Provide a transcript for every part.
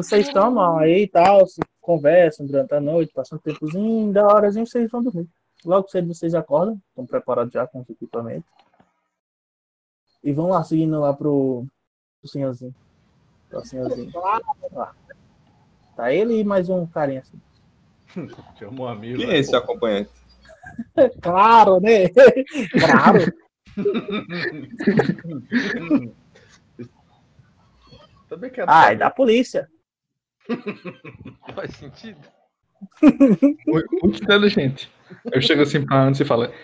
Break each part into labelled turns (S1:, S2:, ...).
S1: Vocês tomam aí e tal, se conversam durante a noite, passam um tempozinho, da horazinho vocês vão dormir. Logo cedo vocês acordam, estão preparados já com os equipamentos. E vão lá seguindo lá pro, pro senhorzinho. Pro senhorzinho. Lá. Tá ele e mais um carinha assim.
S2: Chamou um amigo.
S3: Quem é esse acompanhante?
S1: Claro, né? Claro.
S2: Também quero.
S1: Ah, é
S2: saber.
S1: da polícia.
S4: Faz sentido?
S5: Muito inteligente. Eu chego assim pra antes e falo:
S2: Eu,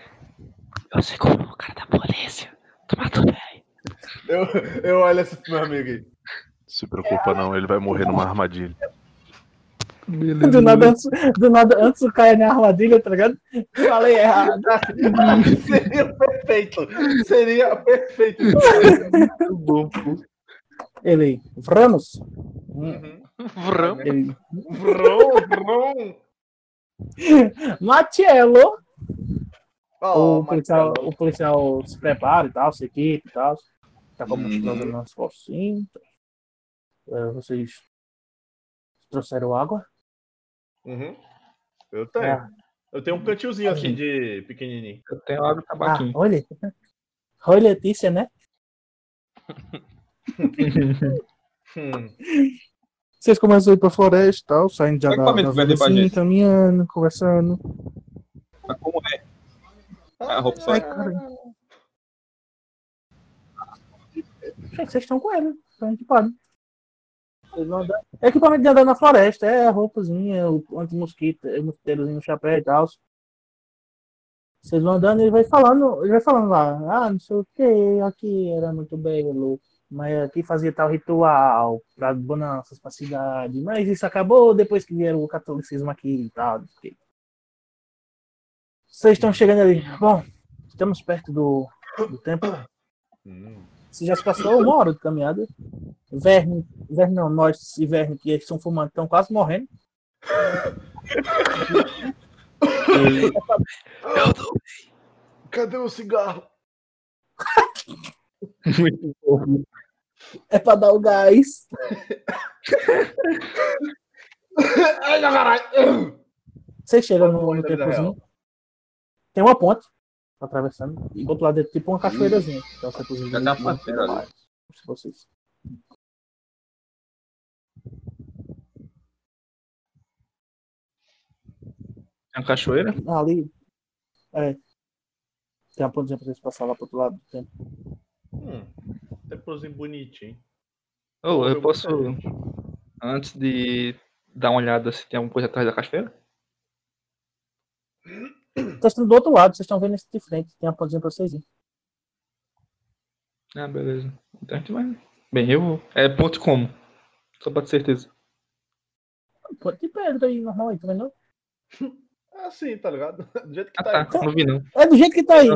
S2: eu olho assim pro meu amigo aí.
S6: Se preocupa não, ele vai morrer numa armadilha.
S5: Beleza.
S1: Do nada, antes, do nada, antes o cara é na armadilha, tá ligado? Falei errado.
S2: Seria perfeito. Seria perfeito.
S1: Ele, Vramos.
S2: Uhum.
S4: Vram.
S1: Ele,
S2: Vrom, vrom.
S1: Matiello.
S2: Ó,
S1: o,
S2: ó,
S1: policial,
S3: tá
S2: Marcelo.
S1: o policial se prepara e tal, se equipe e tal. Tá com a
S3: Uhum.
S1: mochila nas costas. É, vocês trouxeram água?
S2: Uhum. Eu tenho.
S1: Ah,
S2: Eu tenho um cantilzinho assim de pequenininho.
S5: Eu tenho água e
S3: Tá
S1: ah,
S5: tabaquinho.
S1: olha. Olha, Letícia, né?
S2: Hum.
S1: Vocês começam a ir pra floresta e tal, saindo de
S3: Qual
S1: água,
S3: equipamento vai ter pra gente?
S1: assim, caminhando, conversando.
S3: Mas como é? Ah, a roupa só
S1: Ai, caralho. Gente, vocês estão então com ele, estão equipados. Vocês vão andar. É equipamento de andar na floresta, é roupazinha, o anti-mosquito, é mosquiteirozinho, chapéu e tal. Vocês vão andando e ele vai falando, ele vai falando lá, ah, não sei o que, aqui era muito belo, mas aqui fazia tal ritual para bonanças para cidade, mas isso acabou depois que vieram o catolicismo aqui e tal. não sei o quê. Vocês estão chegando ali. Bom, estamos perto do, do tempo.
S2: Hum.
S1: Se já se passou uma hora de caminhada. Verme, verme não, nós e verme que são fumantes estão quase morrendo.
S2: Cadê o cigarro?
S5: Muito bom.
S1: É pra dar o gás.
S2: Ai, caralho.
S1: Vocês chegam no, no
S2: Coisa da
S1: tempozinho. Tem uma ponte atravessando. E do outro lado é tipo uma cachoeirazinha. Então, o tempozinho
S3: Já
S1: de
S3: dá
S1: muito
S3: pra ver ali.
S1: mais. Se vocês.
S5: É uma cachoeira?
S1: Ah, ali. É. Tem uma pontezinha pra vocês passar lá pro outro lado do tempo.
S2: Hum. Tempozinho bonitinho.
S5: Oh, eu
S2: Foi
S5: posso,
S2: diferente.
S5: antes de dar uma olhada se tem alguma coisa atrás da cachoeira?
S1: Vocês estão Tá do outro lado, vocês estão vendo esse de frente. Tem uma pontezinha pra vocês ir.
S5: Ah, beleza. Então a gente vai. Bem, eu vou. É ponto como? Só pra ter certeza.
S1: Ponte de pedra aí, normal aí, tá vendo?
S2: Ah, sim, tá ligado? Do jeito que
S5: Ah,
S2: tá. aí.
S5: tá. Não vi, não.
S1: É do jeito que tá aí.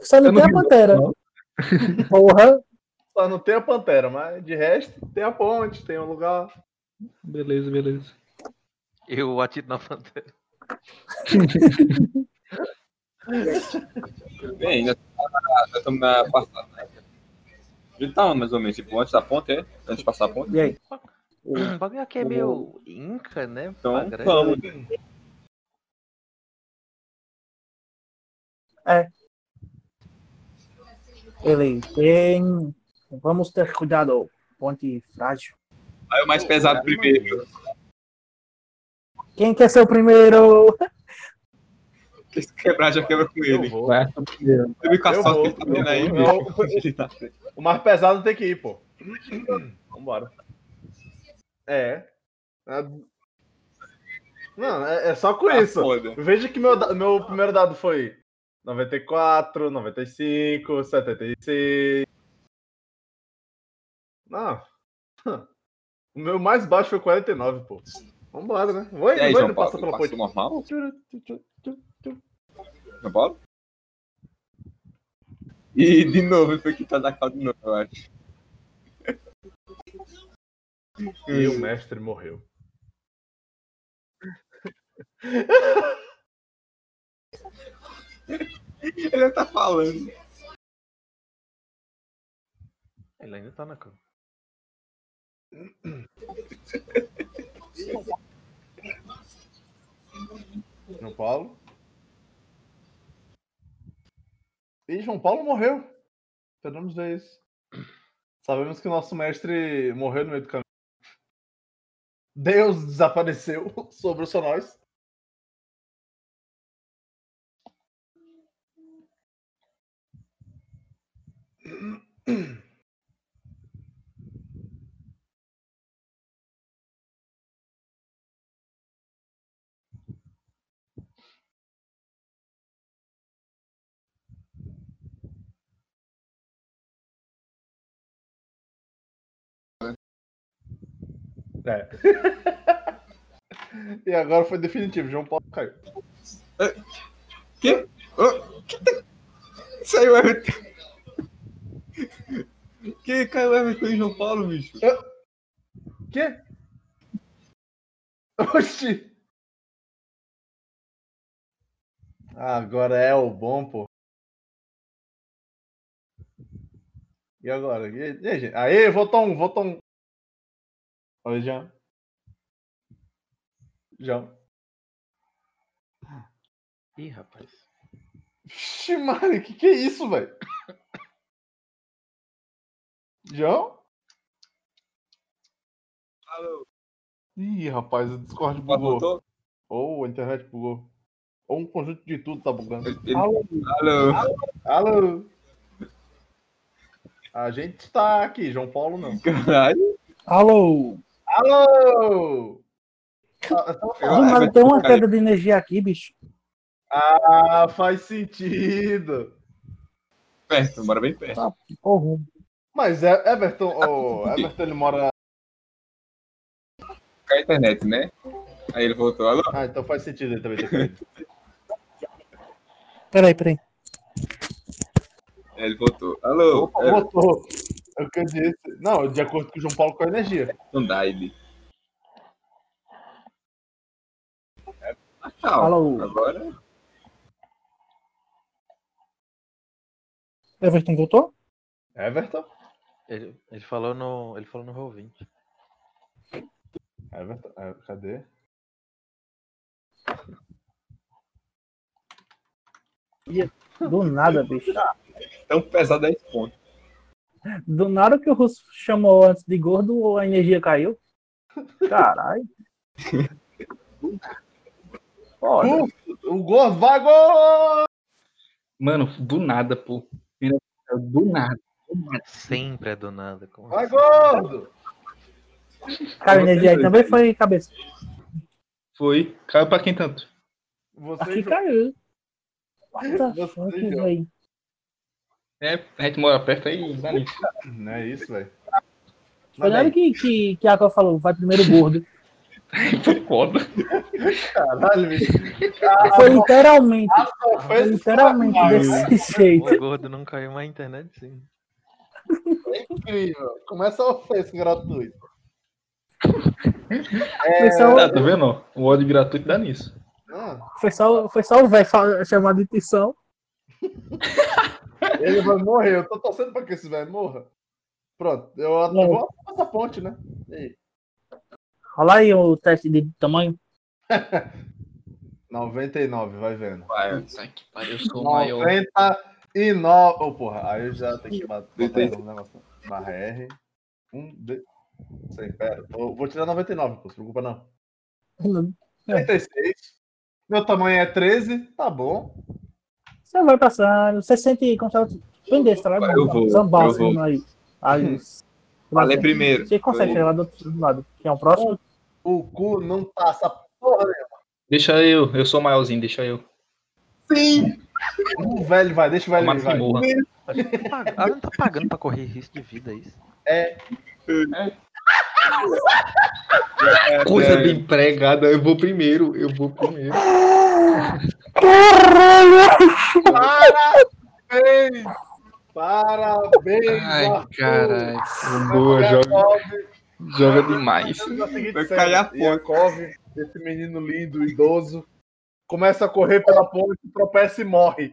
S1: Só não
S5: Eu não
S1: tem a
S5: vi,
S1: pantera.
S5: não.
S1: Porra.
S2: Só tá, não tem a pantera, mas de resto tem a ponte, tem um lugar.
S5: Beleza, beleza.
S4: Eu atiro na pantera.
S3: Bem, ainda estamos na passada. né? A gente tá onde, mais ou menos, tipo, antes da ponte, é? Antes de passar a ponte.
S1: E aí?
S4: O bagulho aqui é meio inca, né?
S3: Então,
S2: Tá
S4: Padre?
S3: vamos.
S2: né?
S1: Ele tem. Vamos ter cuidado. Ponte frágil.
S3: Aí o mais
S2: é,
S3: pesado primeiro.
S1: Quem quer ser o primeiro?
S3: Porque se quebrar, já quebra com
S2: Eu
S3: ele.
S2: vou.
S5: Vai.
S3: Eu vi com a
S2: Eu
S3: sorte que
S2: vou,
S3: ele tá tendo aí.
S2: eu
S3: bicho.
S2: vou.
S3: Ele tá-
S2: O mais pesado tem que ir, pô. Vambora. É. É- Não, é, é só com
S3: tá
S2: isso.
S3: foda.
S2: Veja que meu, da- meu primeiro dado foi 94, 95, 76. Não. Ah, O meu mais baixo foi 49, pô. Vambora, né? Vou
S3: E aí,
S2: indo, vou
S3: João
S2: indo, passa
S3: Paulo?
S2: pela ponte.
S3: Passou normal? João Paulo? E de novo, ele foi quitado da calda de novo, eu acho.
S2: E o mestre morreu.
S3: Ele tá falando.
S4: Ele ainda tá na cama.
S2: João Paulo. E João Paulo morreu. Sabemos ver isso. Sabemos que o nosso mestre morreu no meio do caminho. Deus desapareceu sobre só nós. E agora foi definitivo. João Paulo caiu.
S3: Ô, que tá- Saiu o Everton. Que caiu o Everton em João Paulo, bicho?
S2: Quê? Oxi! Agora é o bom, pô. E agora? E, e aí, gente? Aê, votou um, votou um. Oi, João. João.
S4: Ih, rapaz.
S2: Vixe, Mário, que que é isso, velho? João? Ih, rapaz, o Discord bugou.
S3: Alô?
S2: Ou a internet bugou. Ou um conjunto de tudo tá bugando.
S3: Ele- ele-
S2: Alô,
S3: Alô?
S2: alô. A gente tá aqui, João Paulo não.
S3: Caralho.
S1: Alô!
S2: Alô! Ah, tá-
S1: Do nada tem uma queda de energia aqui, bicho.
S2: Ah, faz sentido.
S3: Perto, mora bem perto.
S1: Porra.
S2: Mas é, Everton, ô, Everton ele mora.
S3: Cai a internet, né? Aí ele voltou. Alô?
S2: Ah, então faz sentido ele também ter caído.
S1: Peraí, peraí.
S3: Aí ele voltou. Alô?
S2: Opa,
S3: Everton,
S2: botou. É o que eu disse. Não, de acordo com o João Paulo com a energia.
S3: Daile. Ah, Tchau.
S1: Alô!
S3: Agora.
S1: Everton voltou?
S2: Everton?
S4: Ele, ele falou no. Ele falou no Roll20.
S2: Everton, é, cadê?
S1: Do nada, bicho.
S3: Então pesa 10 pontos.
S1: Do nada que o Russo chamou antes de gordo, a energia caiu. Caralho. Olha,
S2: Uh, o Gordo vai gol!
S5: Mano, do nada, pô. Mira- Do nada.
S4: Sempre é do nada. Como
S2: Vai
S4: assim?
S2: gordo!
S1: caiu a energia aí também foi cabeça.
S5: Foi. Caiu pra quem tanto?
S2: Você,
S1: Aqui tá.
S2: João,
S1: caiu. What the
S2: Você
S1: fuck,
S2: joga.
S1: véi?
S5: É, a gente mora perto aí, dá nisso.
S2: não é isso, velho. é
S1: Foi na hora que, que, que a Aqua falou, vai primeiro gordo.
S5: Foi foda.
S1: Então-
S2: Caralho, bicho.
S1: Foi literalmente, foi
S2: Foi
S1: literalmente desse jeito.
S4: O gordo não caiu mais na internet, sim.
S2: incrível. Começa a ofensa gratuita.
S1: Foi só,
S5: Ah, tá vendo? ó? O ódio gratuito dá nisso.
S2: Ah,
S1: foi só, foi só o velho fa- chamar de atenção.
S2: ele vai morrer. Eu tô torcendo pra que esse velho morra. Pronto, eu vou essa ponte, né? E aí?
S1: Olha lá aí o teste de tamanho.
S2: 99, vai vendo.
S3: Vai,
S5: Puta que pariu, eu sou
S2: 99. Ô, porra, aí eu já tenho que bater.
S3: Deitei.
S2: botar um negócio. Barra R. Um, dois. Sei, pera. Eu vou tirar 99, pô, se preocupa não.
S1: É.
S2: 36. Meu tamanho é 13, tá bom.
S1: Você vai passando, você sente como se ela pendesse, tá lá?
S3: Eu vou,
S1: Zambal,
S3: eu vou.
S1: assim, aí. aí
S3: Falei primeiro.
S1: Você consegue chegar lá do outro lado, que é o próximo?
S2: O cu não passa porra
S5: Deixa eu, eu sou maiorzinho, deixa eu.
S3: Sim!
S2: nenhuma. O Um velho vai, deixa o velho
S5: Tomara que
S2: vai.
S5: morra.
S4: Acho que não paga- Ela não tá pagando pra correr risco de vida é isso.
S3: É,
S5: Coisa de empregada, eu vou primeiro, eu vou primeiro.
S2: Parabéns! Parabéns!
S5: Ai,
S2: Arthur.
S5: caralho. Boa, joga, joga demais.
S3: Vai
S2: Vai
S3: cair a
S2: Yakov, esse menino lindo, idoso, começa a correr pela ponte, tropeça e morre.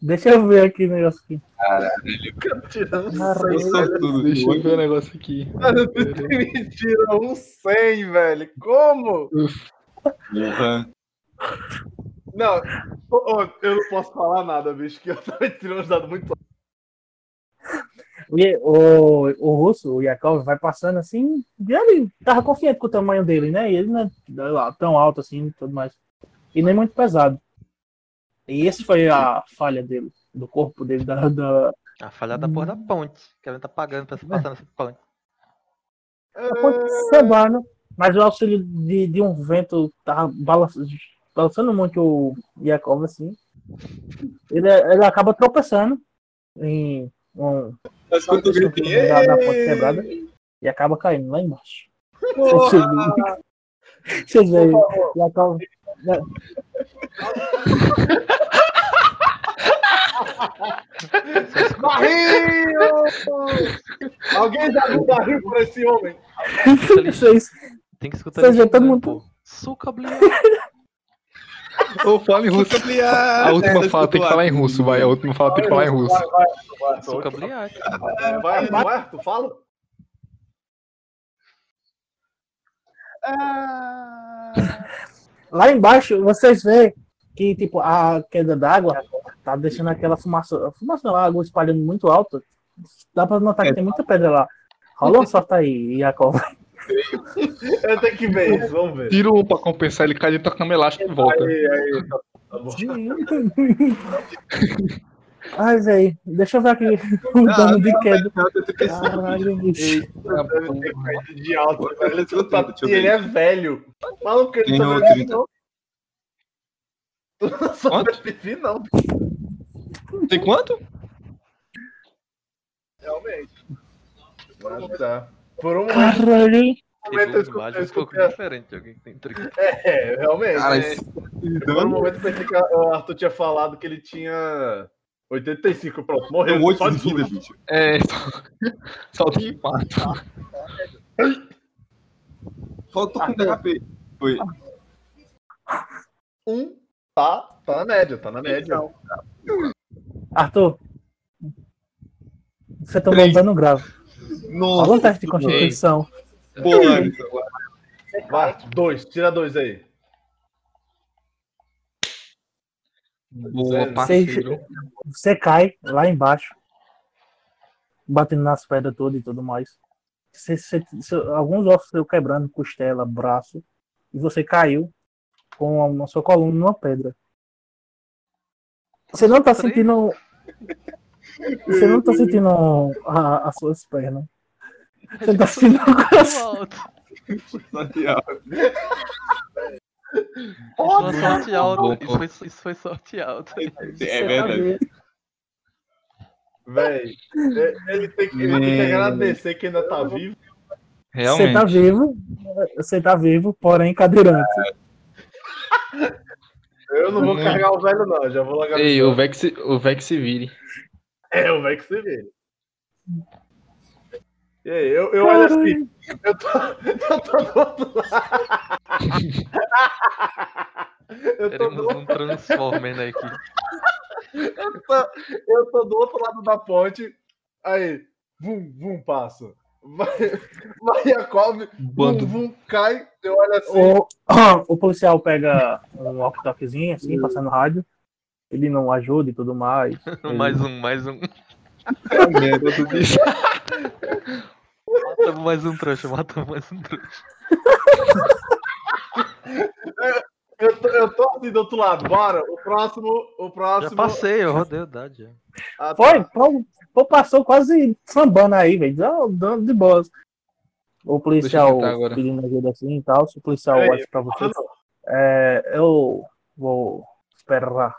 S1: Deixa eu ver aqui o negócio aqui.
S2: Tirando
S1: Caralho.
S2: cem, velho.
S3: tudo.
S5: Deixa eu ver o negócio aqui.
S2: Mano, tu me tira um 100, velho. Como?
S3: Porra.
S2: Não, ô, ô, eu não posso falar nada, bicho, que eu tava tirando uns dados muito.
S1: O, Ye- o, o russo, o Yakov, vai passando assim. E ele tava confiante com o tamanho dele, né? E ele não é lá, tão alto assim e tudo mais. E nem muito pesado. E essa foi a falha dele, do corpo dele, da, da,
S4: A falha da porra da ponte. Que ela tá pagando pra se passar nessa ponte.
S1: da ponte de Sebano. Mas o auxílio de, de um vento tava balançando, balançando muito o Yakov assim. Ele, ele acaba tropeçando em um,
S3: Eu escuto o grito.
S1: da, da ponte quebrada e acaba caindo lá embaixo.
S2: Porra!
S1: Vocês veem. Yakov
S2: Barril! Alguém dá um barril pra esse homem.
S1: tá- Vocês-
S4: Tem que escutar
S1: Vocês
S4: isso,
S1: veem todo
S4: né,
S1: mundo-
S4: pô. Suca, bliá.
S5: Ou fala em russo. A última fala tem que falar em russo, vai. A última fala tem que falar em russo.
S4: Suca, bliá.
S2: É, Vai, vai, tu fala?
S1: Lá embaixo, vocês veem que tipo, a queda d'água tá deixando aquela fumaça. A fumaça não, a água espalhando muito alto. Dá pra notar que tem muita pedra lá. Rola uma sorte aí, Jacob.
S2: Eu tenho que ver isso, vamos ver.
S5: Tira um pra compensar, ele cai de toca na elástica e volta.
S2: Aí, aí, tá, tá bom.
S1: Ai, velho, deixa eu ver aqui o dano de queda. Caralho, bicho.
S2: Ah, Eita, deve ter caído de alto. velho. Ele não tá- E ele é velho. Maluco, ele
S3: Tem
S2: não
S3: um
S2: sobrevive,
S3: 30.
S2: não. Tu não
S5: Quanto?
S2: sobrevive, não,
S5: Tem quanto?
S2: realmente. Tá. Por um momento,
S1: Caralho.
S2: momento eu escutei- eu
S4: um pouco
S2: escutei-
S4: diferente. Alguém tem truque.
S2: é, realmente.
S3: Cara,
S2: né?
S3: esse
S2: Por um
S3: dano
S2: momento eu pensei que o Arthur tinha falado que ele tinha 85, pronto, morreu.
S3: tem 8
S2: Só
S3: de
S2: de
S3: vida, bicho.
S5: É, só, só tem quatro.
S3: Faltou com HP. Foi.
S2: um. Tá, tá na média, tá na média.
S1: Arthur. Você tomou um
S3: Três.
S1: dano grave. Rola um teste de constituição.
S3: Porra,
S2: é Vai, dois, tira dois aí.
S5: Boa,
S2: Sério?
S5: parceiro.
S1: Você cai lá embaixo, batendo nas pedras todas e tudo mais. Você- você- seu- alguns ossos seu quebrando, costela, braço, e você caiu com a, na sua coluna numa pedra. Você não tá sentindo. Você não tá sentindo a- as suas pernas. Você tá sentindo o coração.
S4: alto.
S3: Santiago.
S4: Isso foi sorte
S5: Bom,
S4: alta.
S5: pô.
S4: Isso foi, isso foi sorte alta.
S3: É verdade.
S2: Véi, é, ele tem que, ele tem que
S3: Meu.
S2: agradecer que ainda tá vivo.
S1: Você tá
S5: Realmente.
S1: vivo, você tá vivo, porém cadeirante.
S2: Eu não vou
S5: Hum.
S2: carregar o velho, não, já vou largar.
S5: Ei, o Vex, o Vex se vire.
S2: É, o velho que se vira. E aí, eu, eu olho assim, eu tô, eu tô do outro lado. Eu tô, do,
S4: Teremos um Transformer na equipe.
S2: eu tô do outro lado da ponte. Aí, vum, vum, passa. Vai, Mariakov, vum,
S5: Bando.
S2: vum, cai. Eu olho assim.
S1: O, o policial pega um walkie-talkiezinho, assim, passando rádio. Ele não ajuda e tudo mais.
S4: Mais um, mais um.
S3: É
S4: Matamos mais um trouxa, matamos mais um trouxa.
S2: Eu tô, eu tô assim do outro lado, bora. O próximo, o
S4: Já
S2: próximo.
S4: passei, eu rodei o é. dado já.
S2: Ah, tá.
S1: Foi, pô, pô, passou quase sambando aí, velho. Dá- dá De boas. O policial
S5: Deixa eu tentar agora.
S1: pedindo ajuda assim e tal. Se o policial
S2: Ei,
S1: olha pra
S2: Ah,
S1: vocês,
S2: não.
S1: é, eu vou esperar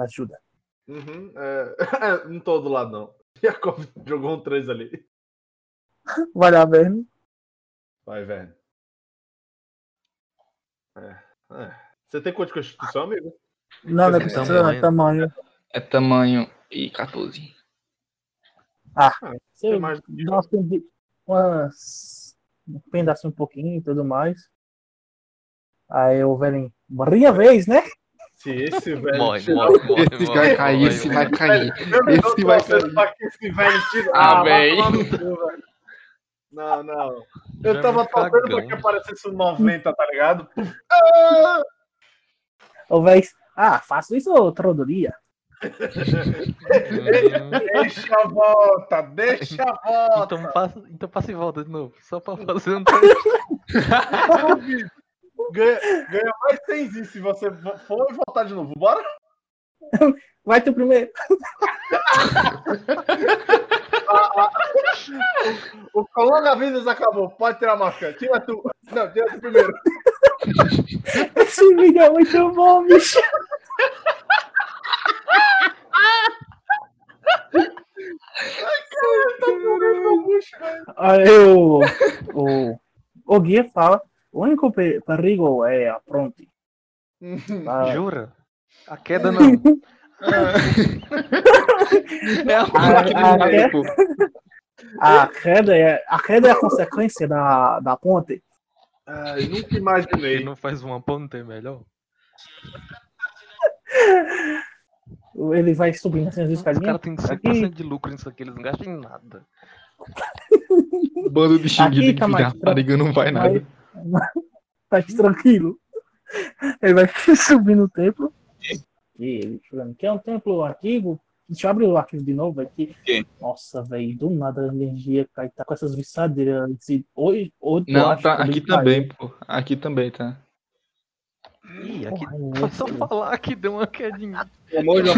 S1: ajuda.
S2: Uhum, é... é, não tô do lado, não. Jacob jogou um 3 ali.
S1: Vai lá, Verne.
S2: Vai, velho. É, é. Você tem quanto de constituição, amigo?
S1: Ah. Não, não é possível, não é tamanho.
S5: É tamanho. e 14.
S1: Você
S2: mais do que
S1: dá umas pendi- umas pendaço um pouquinho e tudo mais. Aí o velhinho, minha vez, né?
S2: Se esse velho.
S7: Morre,
S2: tirar-
S7: morre, morre.
S5: Esse
S7: morre,
S5: vai
S7: morre,
S5: cair, esse
S7: morre.
S5: vai cair.
S2: Eu não
S5: Esse
S2: dou
S5: vai
S2: processo
S5: cair.
S2: pra que esse velho tirar.
S7: Amém.
S2: Ah, vai tomar no cu, velho. Não, não.
S7: Já
S2: Eu tava
S7: me
S2: tocando pra
S7: cagando.
S2: que aparecesse um 90, tá ligado?
S1: Ou vai. Ah, faço isso outro dia.
S2: Deixa a volta, deixa a volta.
S4: Hum, Então passa, então passa e volta de novo. Só pra fazer um
S2: Ganha, ganha mais 100 se você for e voltar de novo. Bora?
S1: Vai tu primeiro.
S2: O coronavírus acabou. Pode tirar a máscara. Tira tu. Não, tira tu primeiro.
S1: Esse vídeo é muito bom, bicho. Olha, eu, o, o guia fala: o único pe- perigo é a fronte. Ah,
S4: Jura? A queda não.
S5: É a porra que
S1: Ah,
S5: não
S1: é?
S5: vai, pô.
S1: a, queda é, a queda é a consequência da, da ponte.
S2: Ai, nunca
S4: Ele
S2: imaginei.
S4: não faz uma ponta, é melhor.
S1: Ele vai subindo assim as
S4: Os caras
S1: escadinhas.
S4: têm 100% de lucro nisso aqui, eles não gastam em nada.
S5: Bando de xinguido
S1: Aqui
S5: que
S1: tá mais
S5: da rapariga não vai
S1: Mas-
S5: nada.
S1: tá tranquilo. Ele vai subir no templo. E ele falando que é um templo antigo. Deixa eu abrir o arquivo de novo aqui.
S3: Quem?
S1: Nossa, velho, do nada a energia cai, tá com essas viçadeiras. Esse, oi, oi,
S5: Não, tá, aqui também, pô. Aqui também, tá.
S4: Ih, aqui. tá
S1: Porra, é
S4: Foi só falar que deu uma quedinha.
S3: Amor, João.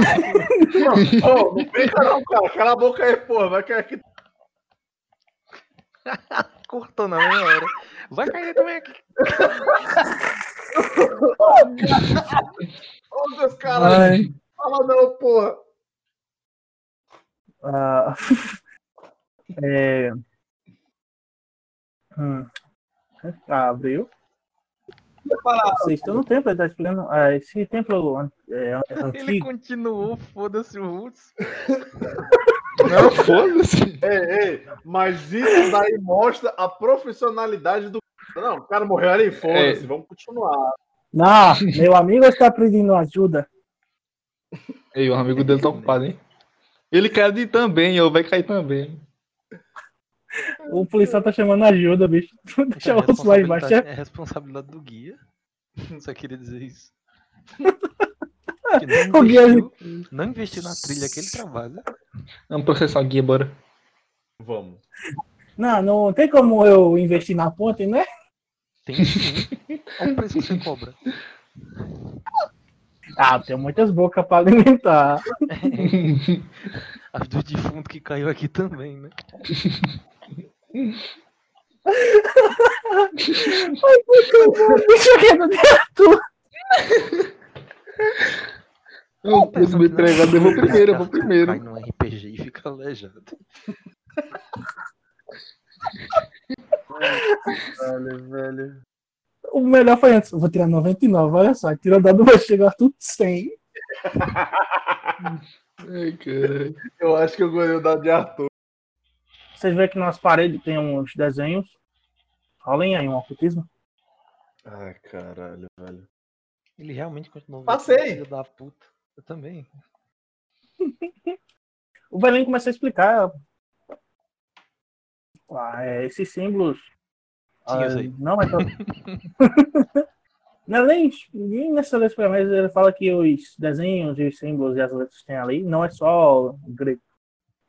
S2: Ô, não brinca não, cara. Cala a boca aí, porra. Vai é cair aqui.
S4: Cortou na meia hora. Vai cair também aqui.
S2: Ô, meus
S7: Ah.
S2: caras.
S1: Ai,
S2: Fala não, porra.
S1: ah, é... Hum. Ah, abriu. Vocês estão no templo, ele tá explicando. Ah, esse templo an- é, é
S4: Ele
S1: antigo.
S4: continuou, foda-se o Roots.
S5: Não, foda-se.
S2: Ei, ei. Mas isso daí mostra a profissionalidade do. Não, o cara morreu ali. Foda-se. Vamos continuar.
S1: Não, meu amigo está pedindo ajuda.
S5: Ei, o amigo dele tá ocupado, hein? Ele quer ir também, eu vai cair também.
S1: O policial tá chamando ajuda, bicho. Deixa o rosto lá embaixo.
S4: É responsabilidade do guia. Só queria dizer isso. Que não,
S1: O guia-
S4: investiu, não investiu na trilha que ele trabalha.
S5: Vamos processar o guia, bora.
S2: Vamos.
S1: Não, não tem como eu investir na ponte, né?
S4: Tem sim. Olha o preço que você cobra.
S1: Ah, tem muitas bocas pra alimentar.
S4: A do defunto que caiu aqui também, né?
S1: Bicho, que não tem ator.
S5: Eu preciso me entregar, eu vou primeiro, eu vou
S4: Cai
S5: primeiro.
S4: num RPG e fica aleijado.
S2: Velho, velho.
S1: O melhor foi antes. Eu Vou tirar 99, olha só. Tira dado, vai chegar tudo 100.
S5: Ai, caralho.
S2: Eu acho que eu ganhei o dado de Arthur.
S1: Vocês veem que nas paredes tem uns desenhos. Olhem aí um ocultismo.
S2: Ai, caralho, velho.
S4: Ele realmente continuou. vendo,
S2: Passei.
S4: Filho da puta. Eu também.
S1: O Belém começa a explicar. Ah, é, esses símbolos.
S4: Sim, eu sei.
S1: não é tão... Não, é nem, nem necessariamente, mas ele fala que os desenhos e os símbolos e as letras que tem ali não é só grego.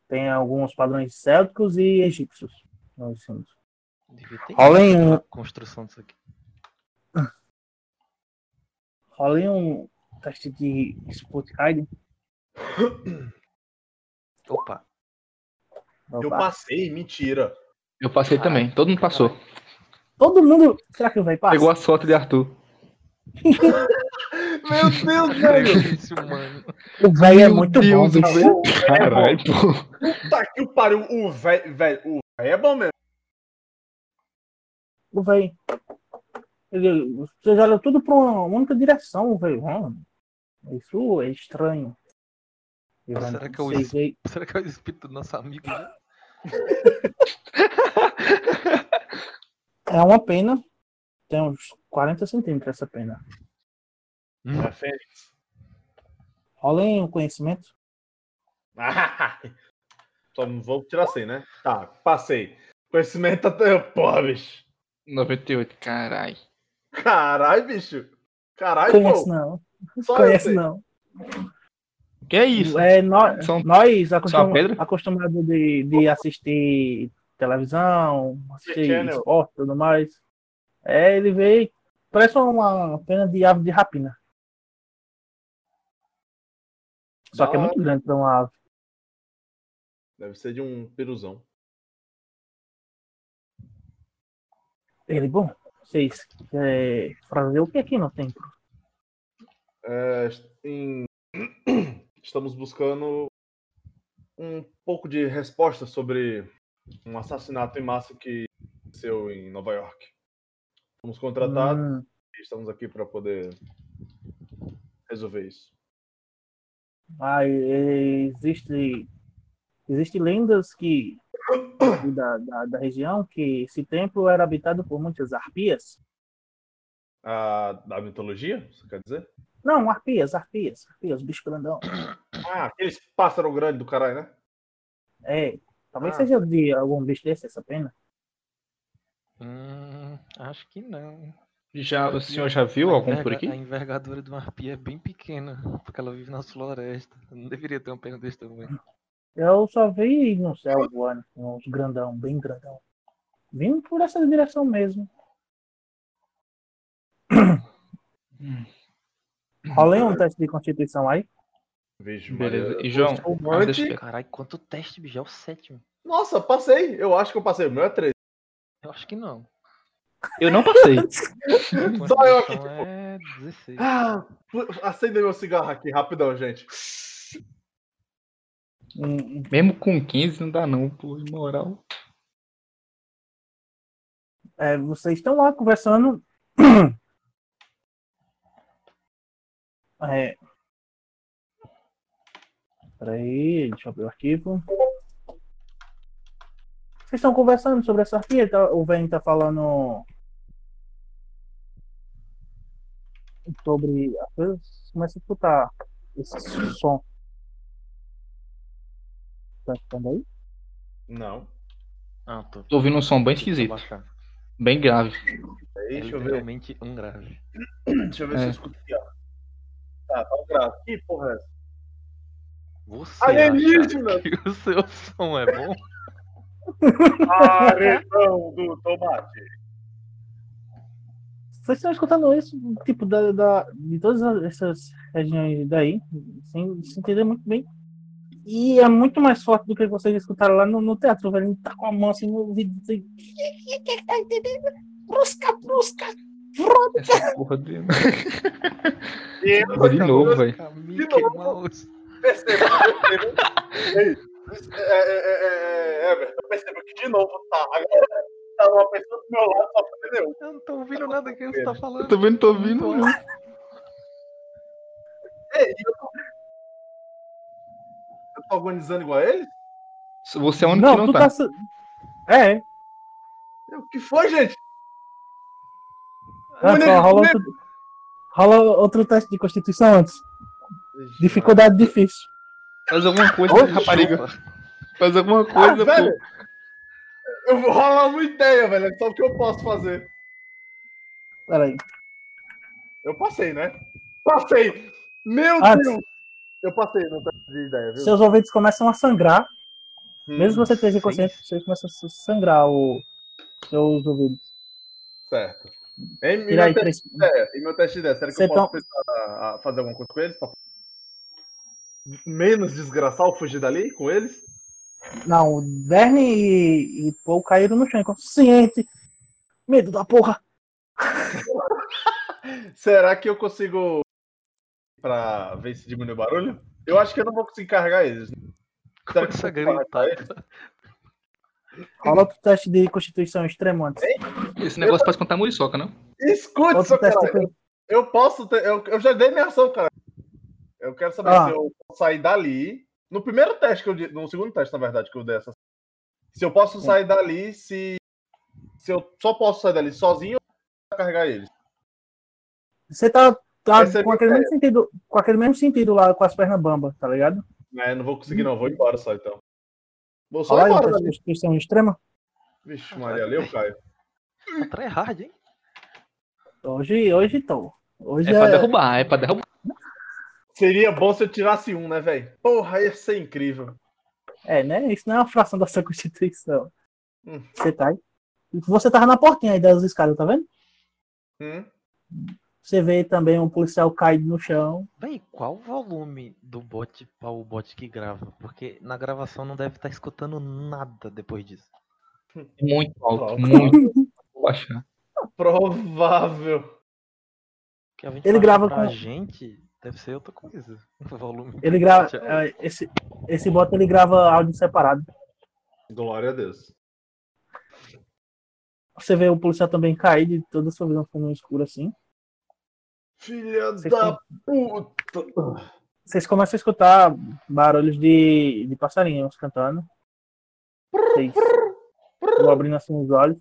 S1: Tem alguns padrões célticos e egípcios. nos símbolos.
S4: Devia ter
S1: Rolem um,
S4: a construção disso aqui.
S1: rolem um teste de Spot Hiding.
S4: Opa.
S2: Eu
S1: Opa.
S2: passei, mentira.
S5: Eu passei também, todo mundo passou.
S1: Todo mundo. Será que vai
S5: Pegou
S1: passar?
S5: a sorte de Arthur.
S2: Meu Deus,
S4: Difícil, mano.
S1: O velho é
S5: Meu
S1: muito
S5: Deus,
S1: É bom.
S5: o
S1: bicho.
S5: velho- Caralho, pô.
S2: Puta que tá o pariu, o velho, velho, o velho é bom mesmo.
S1: O velho. Ele, vocês olham tudo pra uma única direção, o velho. Hum, Isso é estranho. E vai-
S4: Será que é o
S1: vocês veem-
S4: Será que é o espírito do nosso amigo? né?
S1: É uma pena. Tem uns 40 centímetros essa pena.
S2: É, Fênix.
S1: Rolem o conhecimento.
S2: Ah, só vou tirar 100, né? Tá, passei. Conhecimento até. Porra, bicho.
S5: 98, carai.
S2: Caralho, bicho. Caralho,
S1: Conheço
S2: pô.
S1: não.
S2: Só eu
S1: Conheço
S2: sei.
S1: não.
S5: Que é isso?
S1: É, nó-
S5: São-
S1: Nós acostum-
S5: Pedro?
S1: acostumados de, de assistir televisão, assistir
S2: Channel.
S1: esporte e tudo mais. É, ele veio. Parece uma pena de ave de rapina. Só
S2: Da
S1: que é
S2: hora.
S1: muito grande pra uma ave.
S2: Deve ser de um peruzão.
S1: Ele, bom, vocês querem fazer o que aqui não tem?
S2: É, em- Estamos buscando um pouco de resposta sobre um assassinato em massa que aconteceu em Nova York. Fomos contratados
S1: Hum,
S2: e estamos aqui para poder resolver isso.
S1: ah, e- existe, existe lendas que da, da, da região que esse templo era habitado por muitas arpias.
S2: A, Ah, da mitologia, você quer dizer?
S1: Não, um arpias, arpias, arpias, um bicho grandão.
S2: Ah, aqueles pássaros grandes do caralho, né?
S1: É, talvez
S2: Ah.
S1: seja de algum bicho desse essa pena.
S4: Hum, acho que não.
S5: Já, o senhor já viu
S4: A
S5: algum por
S4: enverga-
S5: aqui?
S4: A envergadura de uma arpia é bem pequena, porque ela vive na floresta. Não deveria ter uma perna desse tamanho.
S1: Eu só vi no céu voando, uns grandão, bem grandão. Vindo por essa direção mesmo.
S5: Hum.
S1: Rolei um teste de constituição aí.
S2: Vejo,
S5: Beleza. E João,
S2: Gostei
S5: ah,
S2: muito.
S5: deixa eu ver.
S4: Caralho, quanto teste, bicho. É o sétimo.
S2: Nossa, passei. Eu acho que eu passei. O meu é 13.
S4: Eu acho que não.
S5: eu não passei.
S2: Só eu aqui,
S4: Então É 16.
S2: Ah, pu- acendei meu cigarro aqui, rapidão, gente.
S1: Hum, hum.
S5: Mesmo com 15 não dá não, pô, imoral.
S1: É, vocês estão lá conversando. É. Peraí, deixa eu abrir o arquivo. Vocês estão conversando sobre essa arpia? tá- O Ven tá falando. Sobre. Às vezes começa a escutar esse som. Tá escutando aí?
S2: Não.
S4: Ah, tô.
S5: Tô ouvindo um som bem esquisito,
S4: Abaixar.
S5: bem grave.
S4: É
S2: Deixa eu ver.
S4: literalmente um grave.
S2: Deixa eu ver se eu
S5: É.
S2: escuto aqui, ó. Tá, tá o grave. Ih, porra, é essa?
S4: Você
S5: é.
S2: Alienígena!
S4: acha que o seu som é bom?
S2: Paredão do tomate.
S1: Vocês estão escutando isso, tipo, da, da- de todas a- essas regiões daí, sem se entender muito bem. E é muito mais forte do que vocês escutaram lá no, no teatro, velho. Ele Tá com a mão assim no ouvido, assim. tá Brusca, brusca.
S5: Essa porra de, porra de
S2: Percebam,
S5: novo, velho.
S4: Ah,
S2: De
S4: Mickey Mouse.
S2: percebam. Ei, é, é, é, é, Everton, perceba que de novo tá. Agora tá uma pessoa do meu lado só perdeu.
S4: Eu não tô ouvindo nada que você tá
S5: Eu
S4: falando.
S5: também não tô ouvindo, não.
S2: Ei, eu tô. Eu tô tá agonizando igual a ele?
S5: Você é o único
S1: Não,
S5: que não
S1: tu
S5: tá.
S1: tá. se- É,
S2: O que foi, gente?
S1: é
S2: Olha,
S1: só, rola outro, rola outro teste de constituição antes. Dificuldade difícil.
S5: Faz alguma coisa,
S4: Ô,
S5: rapariga.
S4: chupa.
S5: Faz alguma
S2: Ah,
S5: coisa,
S2: velho!
S5: pô.
S2: Eu vou rolar uma ideia, velho. É só o que eu posso fazer.
S1: Peraí.
S2: Eu passei, né? Passei! Meu
S1: Ah,
S2: Deus! Eu passei, não tá de ideia, viu?
S1: Seus ouvidos começam a sangrar.
S2: Hum,
S1: Mesmo você esteja consciente, você começa a sangrar o, seus ouvidos.
S2: Certo. Hein, e,
S1: Tira
S2: meu
S1: aí
S2: teste
S1: três.
S2: de ideia, e meu teste de ideia, será que
S1: Cê
S2: eu posso tentar a- fazer alguma coisa com eles? pra- Menos desgraçar ou fugir dali com eles?
S1: Não, o Verne e, e Paul caíram no chão inconsciente. Medo da porra.
S2: Será que eu consigo. Pra ver se diminui o barulho? Eu acho que eu não vou conseguir carregar eles. Será que
S4: Começa a
S2: eu vou falar
S4: gritar.
S1: Rola outro teste de constituição extremo antes.
S5: Esse negócio parece contar muriçoca, não?
S2: Escute,
S1: Outro
S2: seu
S1: teste
S2: caralho!
S1: de...
S2: Eu posso ter. Eu, eu já dei minha ação, cara. Eu quero saber
S1: Ah.
S2: se eu posso sair dali. No primeiro teste que eu di- No segundo teste, na verdade, que eu dei essa. Se eu posso sair dali, se. Se eu só posso sair dali sozinho ou carregar eles.
S1: Você tá tá
S2: Essa é
S1: com,
S2: a
S1: aquele mesmo sentido, com aquele mesmo sentido lá, com as pernas bamba, tá ligado?
S2: É, não vou conseguir, não. Vou embora só então. Vou só
S1: Falar
S2: embora, né?
S1: em questão extrema.
S2: velho. Vixe, Maria, ali eu caio.
S4: Tá tryhard, hein?
S1: Hoje, hoje tô. Hoje
S5: É pra
S1: é,
S5: derrubar, é pra derrubar.
S2: Seria bom se eu tirasse um, né, velho? Porra, ia ser incrível.
S1: é, né? Isso não é uma fração da sua constituição.
S2: Hum.
S1: Você tá aí. Você tava na portinha aí das escadas, tá vendo?
S2: Hum?
S1: Você vê também um policial caído no chão.
S4: Véi, qual o volume do bot para o bot que grava? Porque na gravação não deve estar escutando nada depois disso.
S5: Muito alto,
S2: Troca.
S5: muito. Vou baixar.
S2: Provável.
S4: Que a gente
S1: Ele
S4: faz
S1: grava
S4: pra
S1: com-
S4: gente, deve ser outra coisa. O volume.
S1: Ele grava.
S4: Tchau.
S1: é, Esse, esse bot ele grava áudio separado.
S2: Glória a Deus.
S1: Você vê o policial também cair de toda a sua visão ficando escura assim.
S2: Filha
S1: Vocês
S2: da puta.
S1: Vocês começam a escutar barulhos de, de passarinhos cantando. Vocês vão abrindo assim os olhos.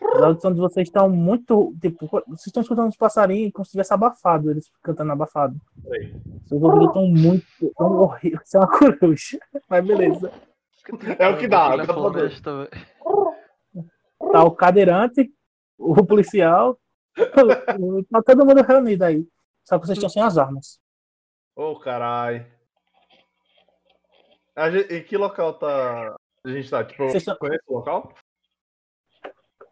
S1: Os audições de vocês estão muito. Tipo, vocês estão escutando os passarinhos como se tivesse abafado, eles cantando abafado.
S2: Peraí.
S1: Seus ouvidos estão muito. Tão horrível. Isso é uma coruja. Mas beleza.
S2: É o que dá, é o que
S4: Na
S2: dá pra fazer.
S4: floresta, véi.
S1: Tá o cadeirante, o policial. Tá todo mundo reunido aí. Só que vocês estão sem as armas.
S2: Ô, carai. A gente- em que local tá. A gente tá? Tipo,
S1: Vocês tão-
S2: conhece o local?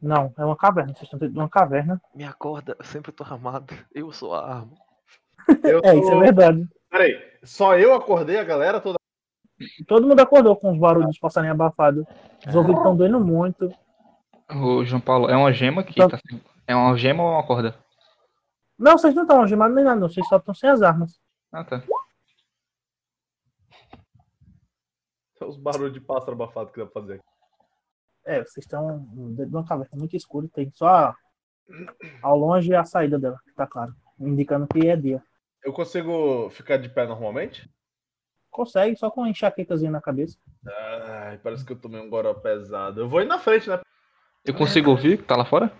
S1: Não, é uma caverna. Vocês estão dentro de uma caverna.
S4: Me acorda, eu sempre tô armado. Eu sou a arma.
S2: Eu
S1: É, isso é verdade.
S2: Peraí, só eu acordei a galera toda.
S1: Todo mundo acordou com os barulhos dos passarinhos abafados. Os ouvidos estão doendo muito.
S5: Ô, João Paulo, é uma gema aqui,
S1: Tá.
S5: tá? sem- É uma gema ou uma corda?
S1: Não, vocês não estão algemados nem nada, não. Vocês só estão sem as armas.
S5: Ah, tá.
S2: Os barulhos de pássaro abafado que dá pra fazer aqui.
S1: É, vocês estão dentro de uma caverna muito escura. Tem só a- ao longe a saída dela, que tá claro. Indicando que é dia.
S2: Eu consigo ficar de pé normalmente?
S1: Consegue, só com uma enxaquecazinha na cabeça.
S2: Ai, parece que eu tomei um goró pesado. Eu vou ir na frente, né?
S5: Eu consigo ouvir que tá lá fora?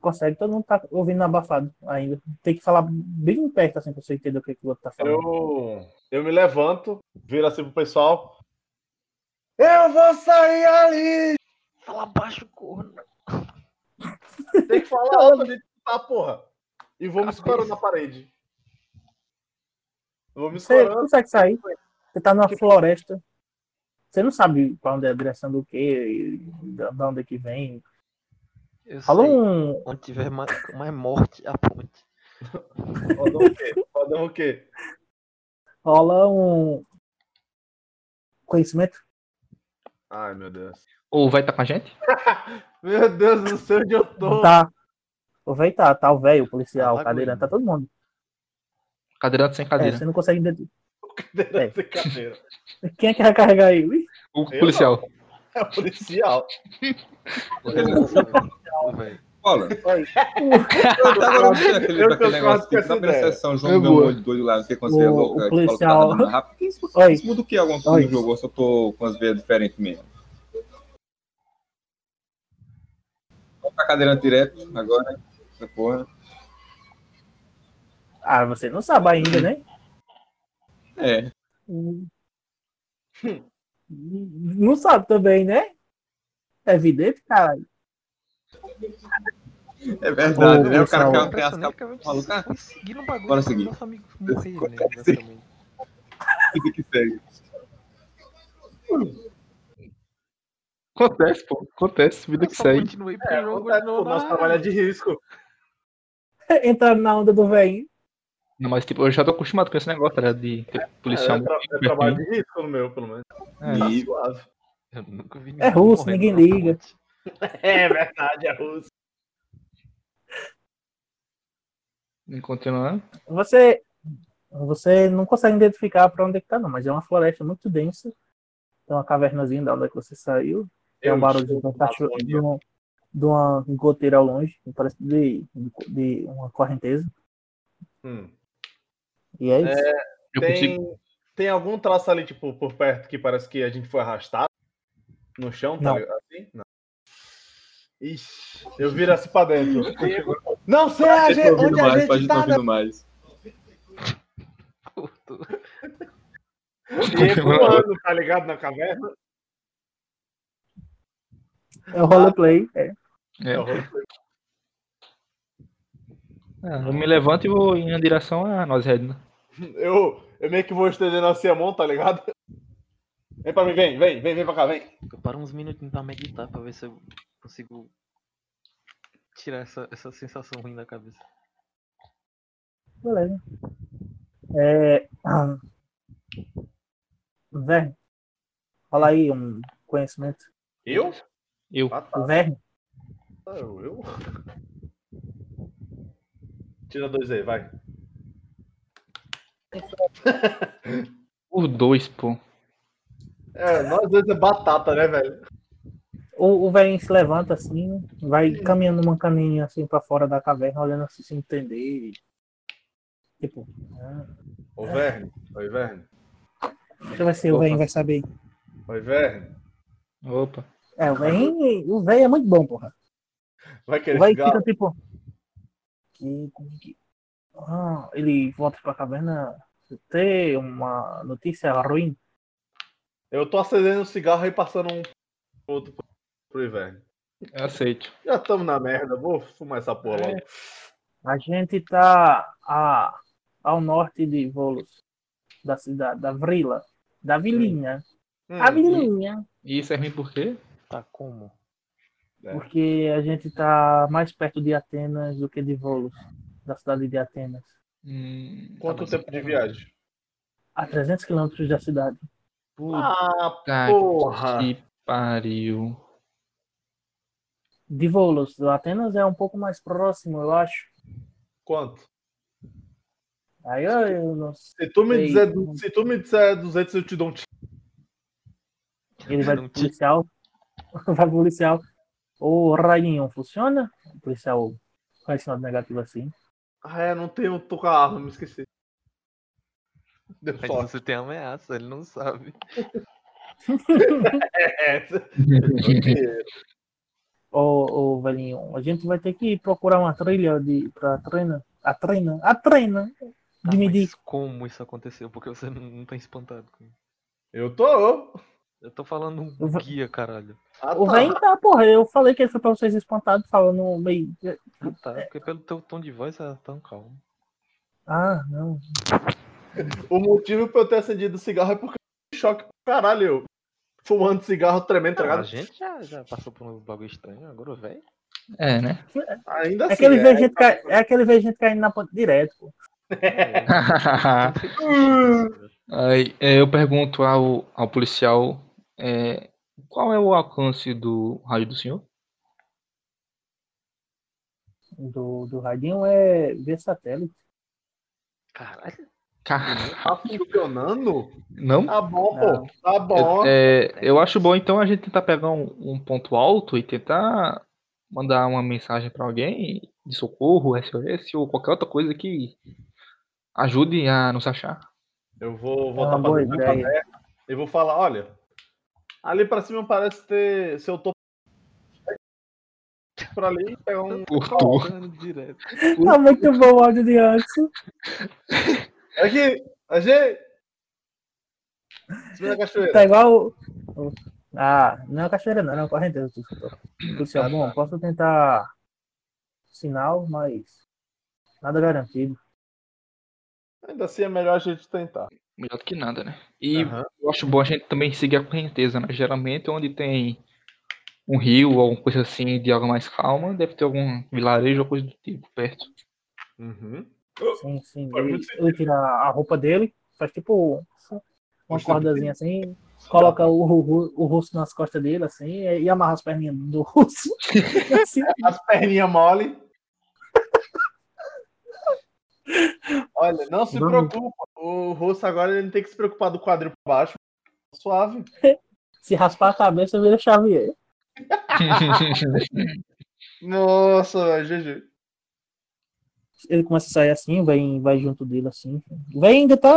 S1: Consegue, todo mundo tá ouvindo abafado ainda. Tem que falar bem perto, assim, pra você entender o que, que o outro tá falando.
S2: Eu, eu me levanto, viro assim pro pessoal. Eu vou sair ali!
S4: Fala baixo, corno.
S2: Tem que falar alto pra gente escutar, porra. E vou me escorando na parede. Vou me
S1: Você
S2: escorando.
S1: consegue sair. Você tá numa floresta. Você não sabe pra onde é a direção do que, da onde é que vem.
S4: Eu
S1: Fala
S4: sei.
S1: um,
S4: Onde tiver ma- mais, morte, aponte.
S2: Rodão o quê? Rodão o quê?
S1: rola um conhecimento.
S2: Ai, meu Deus.
S5: Ou vai estar tá com a gente?
S2: Meu Deus do céu, onde eu tô?
S1: Tá. Aproveitar, tá o velho, o policial,
S4: Tá
S1: o cadeirante, tá todo mundo.
S5: Cadeirante sem
S1: É,
S5: cadeira.
S1: você não consegue identificar.
S2: Dessa cadeira.
S1: Quem é que vai carregar aí? Ui,
S5: O
S2: Eu
S5: policial.
S2: É policial.
S4: Véi,
S3: Olha,
S1: Oi.
S3: eu tava olhando aquele,
S2: Eu
S3: pra aquele
S2: concordo
S3: negócio
S2: com
S3: que
S2: essa
S3: tá
S2: ideia.
S3: prestando atenção,
S5: É
S3: João meu
S5: boa.
S3: olho doido lá, não sei quando você é
S1: O-
S3: louco,
S1: o
S3: é, que fala que tá
S1: policial-
S3: andando rápido. Que Isso,
S1: Oi.
S3: isso muda o que alguma coisa
S1: Oi.
S3: no jogo, eu só tô com as veias diferentes mesmo. Vou pra cadeirante direto agora, essa porra.
S1: Ah, você não sabe ainda, né?
S3: É,
S1: Hum. Não sabe também, né? É evidente, cara.
S3: é verdade,
S1: Ô,
S3: né? O
S1: pessoal.
S3: cara que
S1: Não,
S3: é um criança
S4: impressionante que eu
S3: maluco, ah,
S4: fui seguir no um bagulho.
S3: bora
S4: pra
S3: seguir.
S4: Nosso amigo morrer, né?
S3: Bora
S4: basicamente.
S3: que- que segue.
S5: Acontece, pô. Acontece, vida
S4: Eu
S5: que
S4: só
S5: segue.
S4: continuei pro
S2: É,
S4: jogo.
S2: acontece,
S4: não,
S2: pô, nosso
S4: não.
S2: trabalho é de risco.
S1: Entrando na onda do velho.
S5: Não, mas tipo, eu já tô acostumado com esse negócio, tá ligado? De ter
S2: É,
S5: policial.
S2: é, tra- é trabalho de risco no meu, pelo menos. Tá
S3: E
S2: suave.
S4: Eu nunca vi
S1: É
S4: ninguém
S1: russo,
S4: morrendo
S1: ninguém
S4: na
S1: liga.
S4: ponte.
S2: É verdade, é russo.
S5: Encontrei lá.
S1: Você, você não consegue identificar pra onde é que tá, não, mas é uma floresta muito densa. Tem uma cavernazinha da onde é que você saiu. Tem um barulho de um cachorro, de, um- de uma goteira ao longe, que parece de, de uma correnteza.
S2: Hum.
S1: E é isso.
S5: Eu
S2: Tem,
S5: consigo.
S2: tem algum traço ali, tipo, por perto que parece que a gente foi arrastado? No chão, tá
S1: Não.
S2: ligado? Assim? Não. Ixi, eu viro assim pra dentro. Não sei a
S3: Pode
S2: gente,
S3: estar ouvindo
S2: onde a
S3: mais, pode
S2: gente
S3: estar
S2: tá.
S3: ouvindo mais.
S2: E ecoando, tá ligado? Na caverna.
S1: É o roleplay. É.
S5: É.
S7: Ah, eu me levanto e vou em direção a nós, né? Redna.
S2: Eu, eu meio que vou estendendo assim a mão, tá ligado? Vem pra mim, vem, vem, vem, vem pra cá, vem.
S4: Eu paro uns minutinhos pra meditar, pra ver se eu consigo tirar essa, essa sensação ruim da cabeça.
S1: Beleza. É. ah, Verne. Fala aí um conhecimento.
S2: Eu?
S7: Eu.
S2: Ah, tá.
S1: O Verne.
S2: Eu, eu? Tira dois aí, vai.
S7: Por dois, pô.
S2: É, nós dois é batata, né, velho?
S1: O, o velhinho se levanta assim, vai caminhando uma caminha assim pra fora da caverna, olhando assim sem entender. Tipo,
S2: Ô, Verne. Oi, Verne.
S1: você vai ser o
S7: Opa.
S1: velhinho, vai saber.
S2: Oi, Verne.
S7: Opa.
S1: É, o velhinho, o velho é muito bom, porra.
S2: Vai querer
S1: O velho
S2: cigarro?
S1: fica tipo. Que, como é que... Ah, ele volta pra caverna. Tem uma notícia ruim.
S2: Eu tô acendendo um cigarro e passando um pro outro pro- pro Iverne.
S7: Eu aceito.
S2: Já estamos na merda, vou fumar essa porra logo.
S1: A gente tá a, ao norte de Volos, da cidade, da Vrila, da vilinha.
S2: Hum,
S1: É. A vilinha.
S7: E isso é ruim por quê?
S4: Tá como?
S2: É.
S1: Porque a gente tá mais perto de Atenas do que de Volos, da cidade de Atenas.
S7: Hum,
S2: Quanto tempo de viagem?
S1: A 300 quilômetros da cidade.
S7: puta
S2: Ah, porra.
S7: tá que pariu.
S1: De Volos, Atenas é um pouco mais próximo, eu acho.
S2: quanto?
S1: Aí eu, eu não sei.
S2: Se tu me
S1: Ei.
S2: disser, du- se tu me disser 200, eu te dou um tiro.
S1: Ele vai
S4: Não
S1: pro
S4: te-
S1: policial. Vai pro policial. Ô, rainho, funciona? O policial faz sinal de negativo assim.
S2: Ah, é, não tenho, tô com a arma, me esqueci. Deu
S4: Mas
S2: sorte.
S4: você tem ameaça, ele não sabe.
S2: É, é.
S1: Ô, ô, velhinho, a gente vai ter que procurar uma trilha de, pra treina. A treina? A treina!
S4: Tá,
S1: De medir.
S4: mas como isso aconteceu? Porque você não, não tá espantado com isso.
S2: Eu tô.
S4: Eu tô falando um
S1: Eu vou-
S4: guia, caralho.
S2: Ah,
S1: O
S2: tá.
S1: velho tá, porra, eu falei que ele foi pra vocês espantados, falando meio.
S4: Ah, tá, porque pelo teu tom de voz tá tão calmo.
S1: Ah, não.
S2: O motivo pra eu ter acendido o cigarro é porque eu fiquei em choque pra caralho. Eu fumando cigarro tremendo, tá
S4: Não, a
S2: ligado?
S4: gente já, já passou por um bagulho estranho, agora o velho.
S7: É, né?
S2: Ainda
S1: É
S2: assim.
S1: aquele
S2: é.
S1: ver gente cai- é aquele ver gente caindo na ponte direto, pô.
S7: Aí, é, eu pergunto ao, ao policial é, qual é o alcance do raio do senhor?
S1: Do, do radinho é ver satélite.
S4: Caralho,
S7: Car-
S2: Tá funcionando?
S7: Não?
S2: Tá bom, pô. Tá bom.
S7: Eu, é, eu acho bom então a gente tentar pegar um, um ponto alto e tentar mandar uma mensagem pra alguém de socorro, SOS ou qualquer outra coisa que ajude a nos achar.
S2: Eu vou
S1: É uma
S2: voltar pra
S1: boa
S2: dentro da
S1: ideia.
S2: Eu vou falar, olha. Ali pra cima parece ter. Se eu tô. Pra ali pegar um.
S5: Cortou.
S4: mano, direto.
S1: Tá muito bom o áudio de antes.
S2: Aqui! Achei! Cima da cachoeira.
S1: Tá igual. o- o- Ah, não é cachoeira, não, é uma correnteza. tu escutou. Policial, bom, posso tentar sinal, mas nada garantido.
S2: Ainda assim é melhor a gente tentar.
S7: Melhor do que nada, né? E
S2: Aham.
S7: eu acho bom a gente também seguir a correnteza, né? Geralmente onde tem um rio ou alguma coisa assim de água mais calma, deve ter algum vilarejo ou coisa do tipo perto.
S2: Uhum.
S1: Sim, sim.
S2: Faz
S1: Ele,
S2: muito
S1: ele tira a roupa dele, faz tipo uma
S2: Gostei
S1: cordazinha assim, coloca o, o, o russo nas costas dele, assim, e amarra as perninhas do russo. assim,
S2: As perninhas mole. Olha, não se
S1: Vamos.
S2: preocupa. O russo agora ele não tem que se preocupar do quadril pra baixo. Suave.
S1: se raspar a cabeça, vira Xavier.
S2: Nossa, GG.
S1: Ele começa a sair assim, vai, vai junto dele assim. Vai ainda tá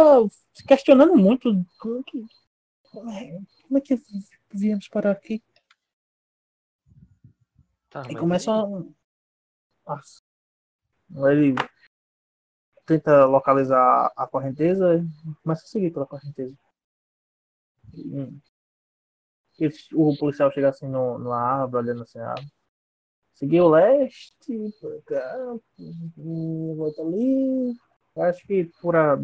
S1: se questionando muito como é que. Como é, como é que viemos parar aqui?
S4: Tá,
S1: Aí
S4: Ah, mas
S1: começa
S4: aí-
S1: a, a Ele tenta localizar a correnteza e começa a seguir pela correnteza. Hum. Eles- O policial chega assim no, na árvore, olhando assim a árvore. Seguir o leste, por cá, hum, volta ali. Eu Acho que por a-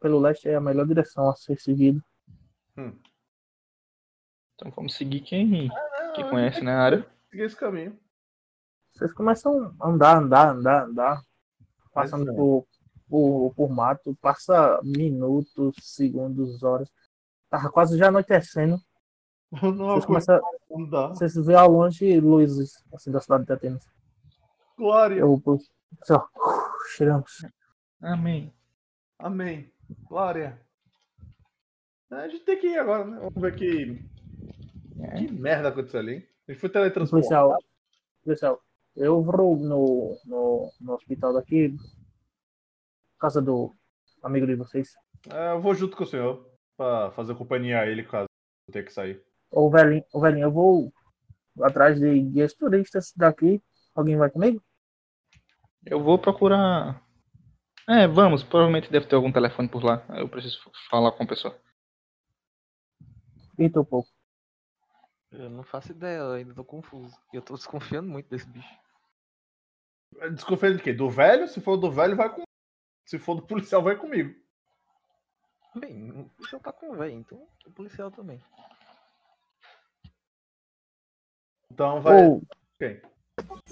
S1: pelo leste é a melhor direção a ser seguida.
S7: Então vamos seguir quem, quem conhece, né, a área.
S2: Seguir esse caminho.
S1: Vocês começam a andar, andar, andar, andar.
S2: Mas
S1: Passando
S2: não.
S1: por, por, por mato, passa minutos, segundos, horas. Tava quase já anoitecendo.
S2: Não, é
S1: Vocês, começam,
S2: não dá.
S1: vocês vê ao longe luzes assim, da cidade de Atenas.
S2: Glória.
S1: Eu, eu- só, chegamos.
S7: Amém.
S2: Amém. Glória. A gente tem que ir agora, né? Vamos ver que. Que merda aconteceu ali, hein? A gente foi
S1: O policial,
S2: teletransportado.
S1: o policial, eu vou no, no, no hospital daqui, casa do amigo de vocês.
S2: É, eu vou junto com o senhor pra fazer companhia a ele caso eu tenha que sair.
S1: Ô velhinho, ô, velhinho, eu vou atrás de guias turistas daqui. Alguém vai comigo?
S7: Eu vou procurar. É, vamos. Provavelmente deve ter algum telefone por lá. Eu preciso falar com a pessoa.
S1: Eita, um pouco.
S4: Eu não faço ideia, eu ainda tô confuso. E eu tô desconfiando muito desse bicho.
S2: Desconfia de quê? Do velho? Se for do velho, vai com. Se for do policial, vai comigo.
S4: Bem, o policial tá com o velho, então o policial também.
S2: Então vai.
S1: Ô,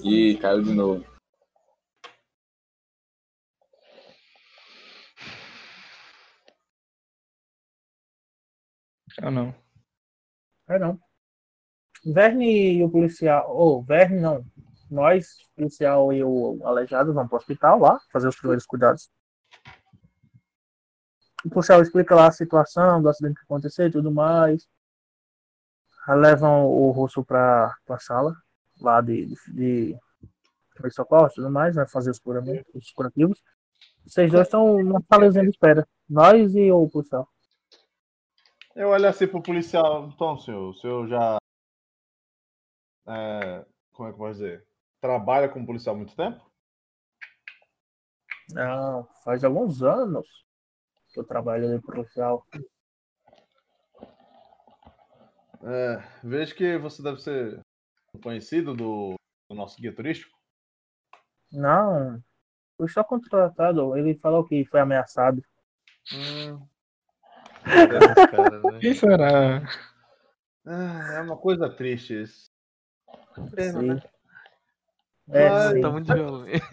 S3: Ih, caiu de novo.
S7: Eu não.
S1: é não. Verne e o policial. Ô, Verne não. Nós, o policial e o aleijado, vamos pro hospital lá, fazer os primeiros cuidados. O policial explica lá a situação do acidente que aconteceu e tudo mais. Aí Levam o russo pra, pra sala lá de, de, de primeiros socorros e tudo mais, vai fazer os curamentos, os curativos. Vocês dois estão na salazinha de espera. Nós e o policial.
S2: Eu olho assim pro policial. Então, senhor, o senhor já. é, como é que eu posso dizer? Trabalha como policial há muito tempo?
S1: Não, Ah, faz alguns anos que eu trabalho de policial.
S2: É, vejo que você deve ser conhecido do, do nosso guia turístico.
S1: Não, fui só contratado. Ele falou que foi ameaçado.
S2: É,
S4: Cara, né?
S7: Quem será?
S2: Ah, é uma coisa triste isso. Pena,
S1: Sim.
S2: né? Ah, então
S1: É,
S2: Mas-
S1: sim.
S4: Tá muito violento.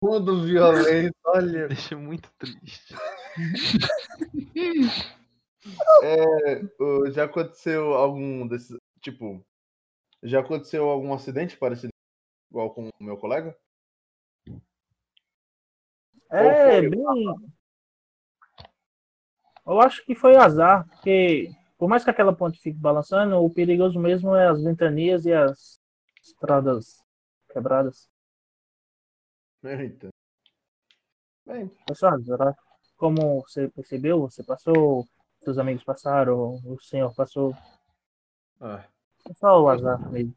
S2: Mundo violento, olha.
S4: Deixa muito triste.
S2: Ô, Já aconteceu algum desses. Tipo, já aconteceu algum acidente parecido igual com o meu colega?
S1: É,
S2: Ou foi o
S1: bem. Eu acho que foi azar, porque por mais que aquela ponte fique balançando, o perigoso mesmo é as ventanias e as estradas quebradas.
S2: Eita. Bem,
S1: Foi É só azar. Como você percebeu, você passou, seus amigos passaram, o senhor passou.
S2: ah,
S1: Foi só o azar mesmo.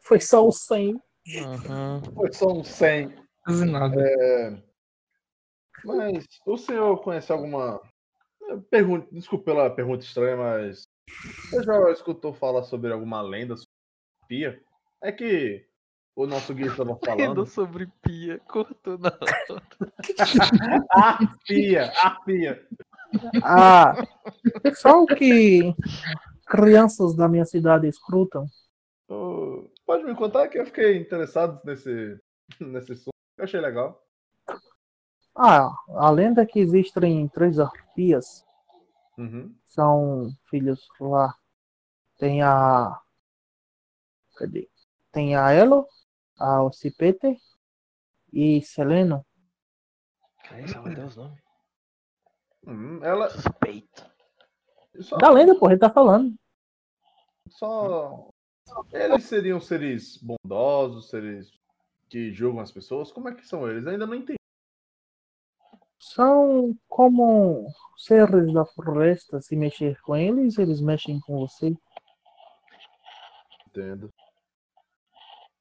S1: Foi só o 100.
S2: foi só um 100.
S7: Quase nada.
S2: Mas o senhor conhece alguma. Eu Pergunto, desculpa pela pergunta estranha, mas. Você já escutou falar sobre alguma lenda sobre pia? É que o nosso guia estava
S4: Falando
S2: falando.
S4: sobre pia, cortou na hora.
S2: A pia, a pia.
S1: Ah, só o que crianças da minha cidade escutam.
S2: Ô, Pode me contar que eu fiquei interessado nesse, nesse assunto. Eu achei legal.
S1: Ah, a lenda é que existem três arpias
S2: Uhum.
S1: são filhos lá. Tem a. Cadê? Tem a Elo, a Ocipete e Seleno.
S4: Caralho, só vai ter os nomes.
S2: Hum, ela
S4: Suspeito.
S2: só,
S1: Da lenda, porra, ele tá falando.
S2: só- eles seriam seres bondosos, seres que julgam as pessoas. Como é que são eles? Ainda não entendi.
S1: São como seres da floresta. Se mexer com eles, eles mexem com você.
S2: Entendo.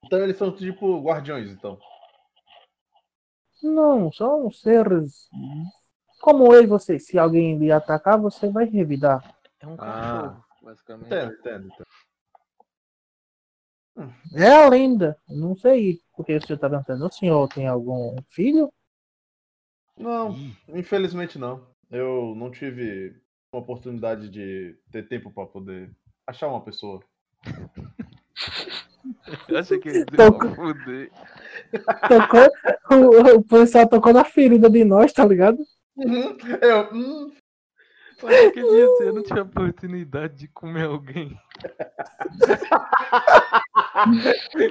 S2: Então eles são tipo guardiões, então.
S1: Não, são seres. Como eu e você. Se alguém lhe atacar, você vai revidar.
S4: É um
S2: Ah.
S4: cachorro, basicamente.
S2: Entendo, entendo. entendo.
S1: É a lenda. Não sei porque o senhor está perguntando. O senhor tem algum filho?
S2: Não, infelizmente não. Eu não tive uma oportunidade de ter tempo pra poder achar uma pessoa.
S6: Eu achei que ele
S1: Tô com-
S6: fudei.
S1: Tocou, o, o pessoal tocou na ferida de nós, tá ligado?
S2: Uhum. Eu, hum,
S4: Mas o que eu disse, eu não tive a oportunidade de comer alguém.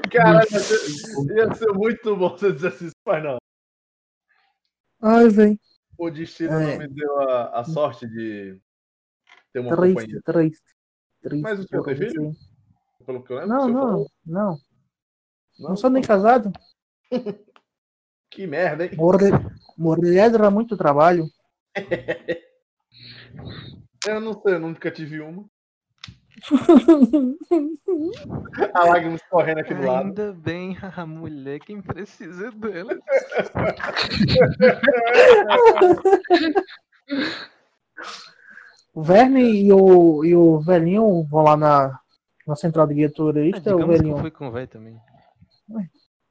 S2: caralho, ia ser- ia ser muito bom se eu dissesse isso, mas não.
S1: Ai, velho.
S2: O destino
S1: É.
S2: não me deu a, a sorte de ter uma
S1: Triste,
S2: companhia.
S1: triste. Triste.
S2: Mas o senhor tem filho? Pelo que eu lembro,
S1: Não,
S2: o senhor
S1: não,
S2: falou.
S1: não. Não
S2: Não?
S1: sou nem casado.
S2: Que merda, hein?
S1: Mulher- Mulher dá muito trabalho.
S2: Eu não sei, eu nunca tive uma. A lágrima escorrendo aqui do lado.
S4: Ainda bem, a mulher quem precisa é dela.
S1: O Verne e o, e o velhinho vão lá na, na central de guia
S4: Ah,
S1: turista. o
S4: digamos que
S1: Então, velhinho
S4: eu fui com o velho também.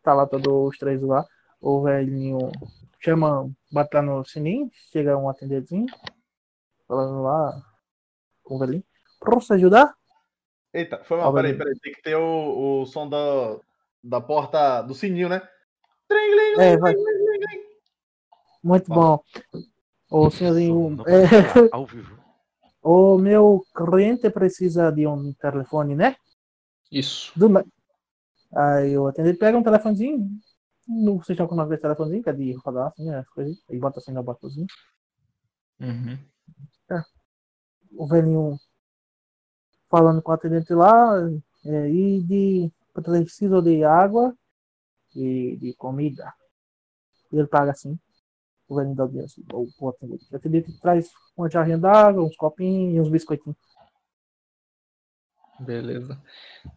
S1: tá lá todos os três lá. O velhinho chama, bate lá no sininho, chega um atendedinho, falando lá com o velhinho. Posso ajudar?
S2: Eita, foi mal,
S1: Ó,
S2: peraí,
S1: velhinho.
S2: peraí. Tem que ter o, o som da, da porta, do sininho, né?
S1: É, vai. Muito bom. O senhorzinho.
S4: Não,
S1: é,
S4: Ao vivo.
S1: o meu cliente precisa de um telefone, né?
S7: Isso.
S1: Do na- Aí o atendente pega um telefonezinho. Não sei se é como é que é esse telefonezinho, que é de rodar assim, as coisas. E bota assim na batozinho.
S7: Uhum.
S1: o velhinho falando com o atendente lá é, e de preciso de água e de comida. E ele paga assim. O velhinho dá o dinheiro assim, o, o atendente. O atendente traz uma jarrinha d'água, uns copinhos e uns biscoitinhos.
S7: Beleza.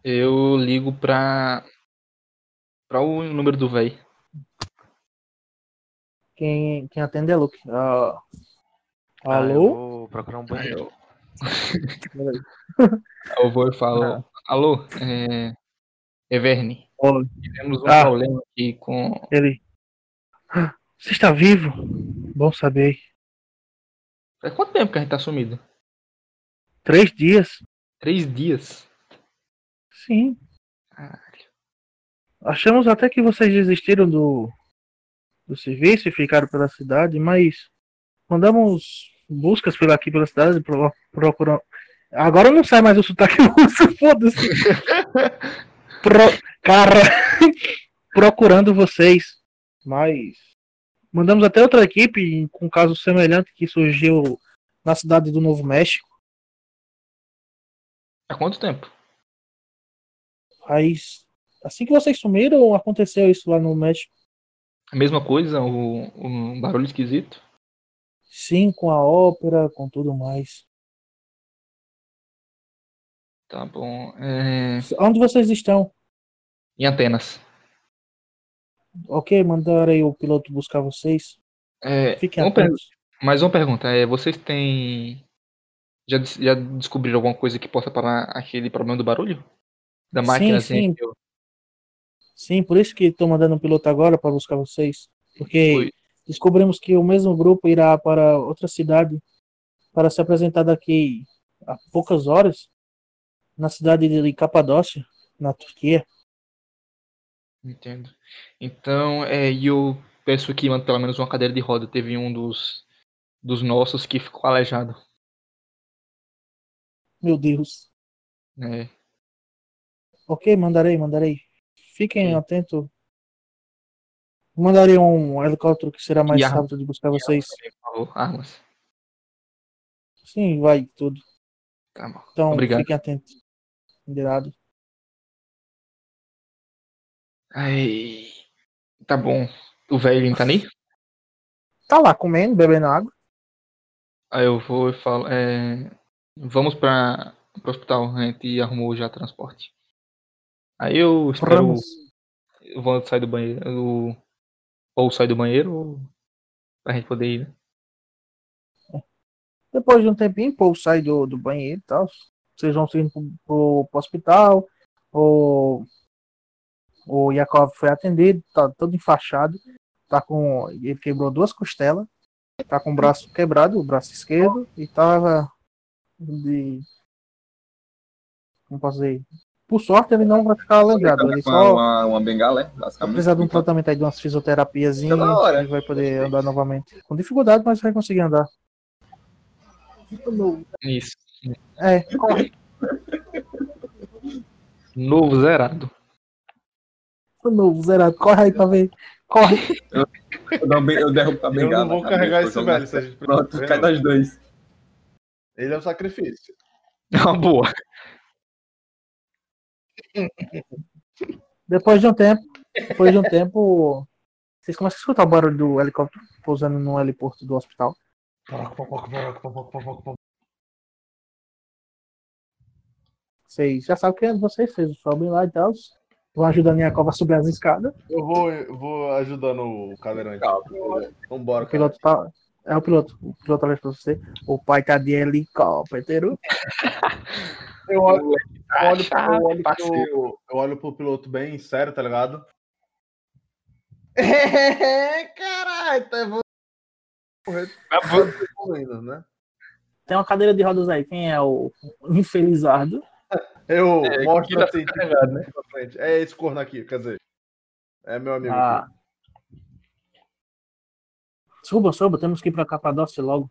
S7: Eu ligo pra. pra o número do véi.
S1: Quem, quem atende é Luke. Ah,
S4: Ah, eu
S1: alô?
S4: vou procurar um banheiro.
S1: Peraí.
S7: Aí Eu vou e falo: Alô, é. Everne,
S1: Olha,
S7: tivemos um
S1: Ah.
S7: problema aqui com.
S1: Ele. "Ah, Você está vivo? Bom saber.
S7: Faz quanto tempo que a gente tá sumido?
S1: Três dias?
S7: Três dias.
S1: Sim.
S7: Caralho.
S1: Achamos até que vocês desistiram do, do serviço e ficaram pela cidade, mas mandamos buscas pela aqui pela cidade pro- procurando. Agora não sai mais o sotaque russo, foda-se. Pro- Cara, procurando vocês. Mas mandamos até outra equipe com um caso semelhante que surgiu na cidade do Novo México.
S7: Há quanto tempo?
S1: Aí, assim que vocês sumiram, aconteceu isso lá no México.
S7: A mesma coisa, o, o barulho esquisito.
S1: Sim, com a ópera, com tudo mais.
S7: Tá bom. É...
S1: Onde vocês estão?
S7: Em Atenas.
S1: Ok, mandarei o piloto buscar vocês.
S7: É,
S1: Fiquem
S7: uma per-
S1: atentos.
S7: Mais uma pergunta, é, vocês têm. Já, des- já descobriram alguma coisa que possa parar aquele problema do barulho? Da
S1: Sim,
S7: máquina assim,
S1: sim.
S7: que eu-
S1: Sim, por isso que estou mandando o piloto agora para buscar vocês. Porque
S7: Foi.
S1: descobrimos que o mesmo grupo irá para outra cidade para se apresentar daqui a poucas horas na cidade de Capadócia, na Turquia.
S7: Entendo. Então, é, e eu peço que manda pelo menos uma cadeira de roda. Teve um dos, dos nossos que ficou aleijado.
S1: Meu Deus.
S7: né?
S1: Ok, mandarei, mandarei. Fiquem atentos. Mandarei um helicóptero que será mais
S7: E a-
S1: rápido de buscar vocês.
S7: Por favor, armas.
S1: Sim, vai tudo.
S7: Tá bom.
S1: Então,
S7: Obrigado.
S1: fiquem atentos. De nada.
S7: Ai, tá bom. O velho não tá nem?
S1: Tá lá comendo, bebendo água.
S7: Aí eu vou e falo, é, vamos para o hospital, a gente arrumou já transporte. Aí eu espero
S1: Vamos.
S7: O Wanda sai do banheiro. o- Ou sai do banheiro, ou. Pra gente poder ir, né?
S1: Depois de um tempinho, o povo sai do, do banheiro e tal. Vocês vão seguindo pro, pro, pro hospital. O, o Yakov foi atendido, tá todo enfaixado. Tá com, ele quebrou duas costelas. Tá com o braço quebrado, o braço esquerdo. E tava de. Como posso dizer? Por sorte, ele não vai ficar aleijado. Ele
S3: tá com
S1: Tá só
S3: uma, uma bengala, é,
S1: vai
S3: basicamente.
S1: precisar de um tratamento aí, de umas fisioterapiazinhas.
S3: Tá da hora.
S1: Ele vai poder andar novamente. Com dificuldade, mas vai conseguir andar.
S7: Isso.
S1: É,
S7: Novo zerado.
S1: Ô, novo, zerado, corre aí pra ver. Corre.
S3: Eu, dou um ben- eu derrubo a
S2: Eu
S3: bengala.
S2: não vou
S3: cara,
S2: carregar
S3: depois
S2: esse
S3: eu vou-
S2: velho. se a gente
S3: Pronto,
S2: precisa, um
S3: cai
S2: não.
S3: das dois.
S2: Ele é um sacrifício.
S7: É uma boa.
S1: Depois de um tempo, depois de um tempo, vocês começam a escutar o barulho do helicóptero pousando no heliporto do hospital. Vocês já sabem quem é de vocês, vocês sobem lá e tal. Vão ajudando a cova a subir as escadas.
S2: Eu vou, eu vou ajudando o cadeirante.
S1: O
S2: Vambora, cara.
S1: piloto tá. É o piloto. O piloto olha pra você. O pai tá de helicóptero.
S2: Eu olho, eu olho,
S7: Ah,
S2: eu olho
S7: parceiro.
S2: pro, eu olho pro piloto bem sério, tá ligado? Caralho, tá evoluindo.
S7: Tá
S2: evoluindo, né?
S1: Tem uma cadeira de rodas aí. Quem é o infelizardo?
S2: Eu
S7: É, que
S2: mostro
S7: tá
S2: assim,
S7: carregado, né?
S2: pra frente. É esse corno aqui, quer dizer. É meu amigo.
S1: Ah. Suba, suba, temos que ir pra Capadócia logo.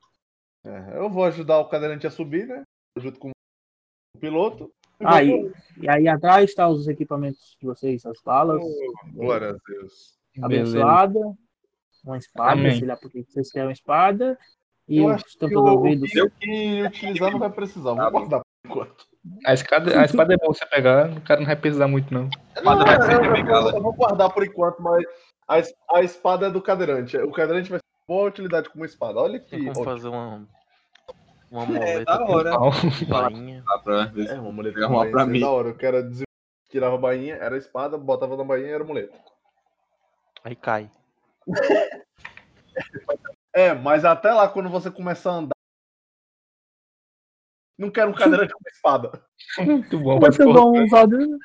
S2: aqui. É, eu vou ajudar o cadeirante a subir, né? Junto com o piloto. E vou-
S1: Aí, e aí atrás tá os equipamentos de vocês, as balas,
S2: Oh, glória a Deus.
S1: abençoada, uma espada,
S7: Amém.
S1: sei lá por que vocês querem uma espada, e
S2: Eu
S1: o
S2: acho
S1: tampa
S2: que
S1: do
S2: o
S1: ouvido.
S2: o que utilizar não vai precisar. Vou guardar por enquanto.
S7: A escada, a espada é boa você pegar, o cara não vai precisar muito, não.
S3: Espada
S2: é,
S3: vai ser de bengala.
S2: Eu vou guardar por enquanto, mas a, es- a espada é do cadeirante. O cadeirante vai ter boa utilidade como espada. Olha que.
S4: Tem como
S2: ó,
S4: fazer uma. Uma
S3: É,
S4: moleta
S3: da hora.
S7: Pau.
S4: com bainha.
S3: Dá pra ver
S2: É,
S3: se-
S2: uma muleta.
S3: É uma
S2: também,
S3: pra
S2: isso é
S3: mim.
S2: Da hora. O cara des- tirava a bainha, era a espada, botava na bainha era a muleta.
S4: Aí cai.
S2: É, mas até lá, quando você começar a andar. Não quero um cadeirante com espada.
S7: Muito bom, vai
S1: Mas eu
S7: correr.
S1: dou uns olhos-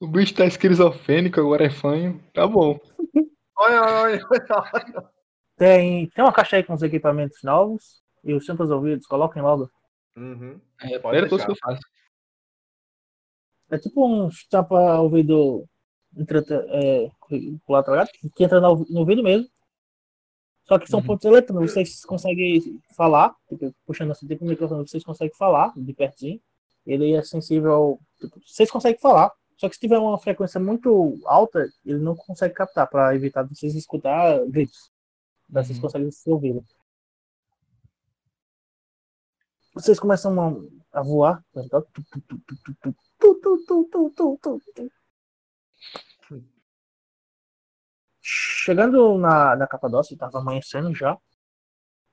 S7: O bicho tá esquizofrênico, agora é fanho. Tá bom.
S2: Olha, olha, olha.
S1: Tem, tem uma caixa aí com os equipamentos novos, e os tampas do ouvidos, coloquem logo.
S2: Uhum.
S7: É
S2: Pode
S7: a primeira
S2: deixar.
S7: coisa que eu faço.
S1: É tipo um tampa ouvido entreta- é, pular, tá ligado? que entra no, no ouvido mesmo. Só que são
S7: Uhum.
S1: pontos eletrônicos, vocês conseguem falar, tipo, puxando assim, tipo o microfone, vocês conseguem falar de pertinho. Ele é sensível ao. tipo, vocês conseguem falar. Só que se tiver uma frequência muito alta, ele não consegue captar, pra evitar de vocês escutar gritos. Daí Vocês
S7: Uhum.
S1: conseguem se ouvi-lo. Vocês começam a, a voar, tá ligado? Tu, tu, tu, tu, tu, tu, tu, tu, tu, tu, tu, tu, tu. Chegando na, na Capadócia, tava amanhecendo já.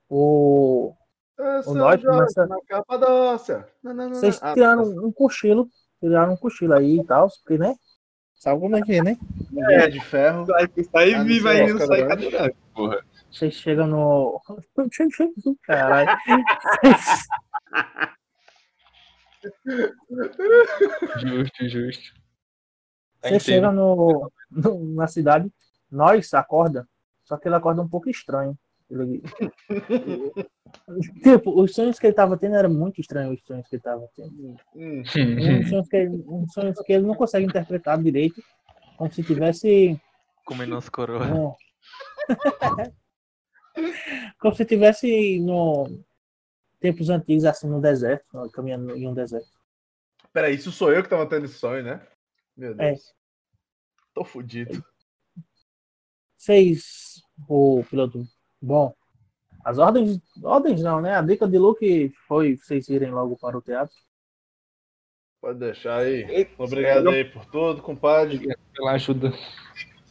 S1: O,
S2: Essa
S1: norte
S2: joga
S1: começa-
S2: É, Na Capadócia. Não, não, não,
S1: vocês
S2: não. tá Ah,
S1: tiraram um cochilo, tiraram um cochilo aí e tal, porque, né? Sabe como é que é, né?
S2: ninguém é de ferro.
S3: Vai sair
S2: Ah, não
S3: vivo
S2: sei,
S3: aí, tá não
S2: Oscar,
S3: sai
S2: né?
S3: cadeirante. Porra.
S1: Vocês chegam no. Caralho. Vocês-
S7: Justo, justo. Tá
S1: Você
S7: inteiro.
S1: chega no, no- na cidade, nós acorda, só que ele acorda um pouco estranho. Ele- tipo, os sonhos que ele tava tendo eram muito estranhos os sonhos que ele tava tendo.
S2: Hum,
S7: Uhum.
S1: Uns sonhos que ele, uns sonhos que ele não consegue interpretar direito, como se tivesse.
S4: Comendo as coroas.
S1: um- como se tivesse no tempos antigos, assim, no deserto, caminhando em um deserto.
S2: peraí, isso sou eu que tava tendo esse sonho, né? Meu
S1: É.
S2: Deus. Tô fudido.
S1: Vocês, o piloto, bom, as ordens, ordens não, né? A dica de Luke foi vocês irem logo para o teatro.
S2: Pode deixar aí.
S3: Ei,
S2: Obrigado
S3: não-
S2: aí por tudo, compadre.
S7: Pela ajuda.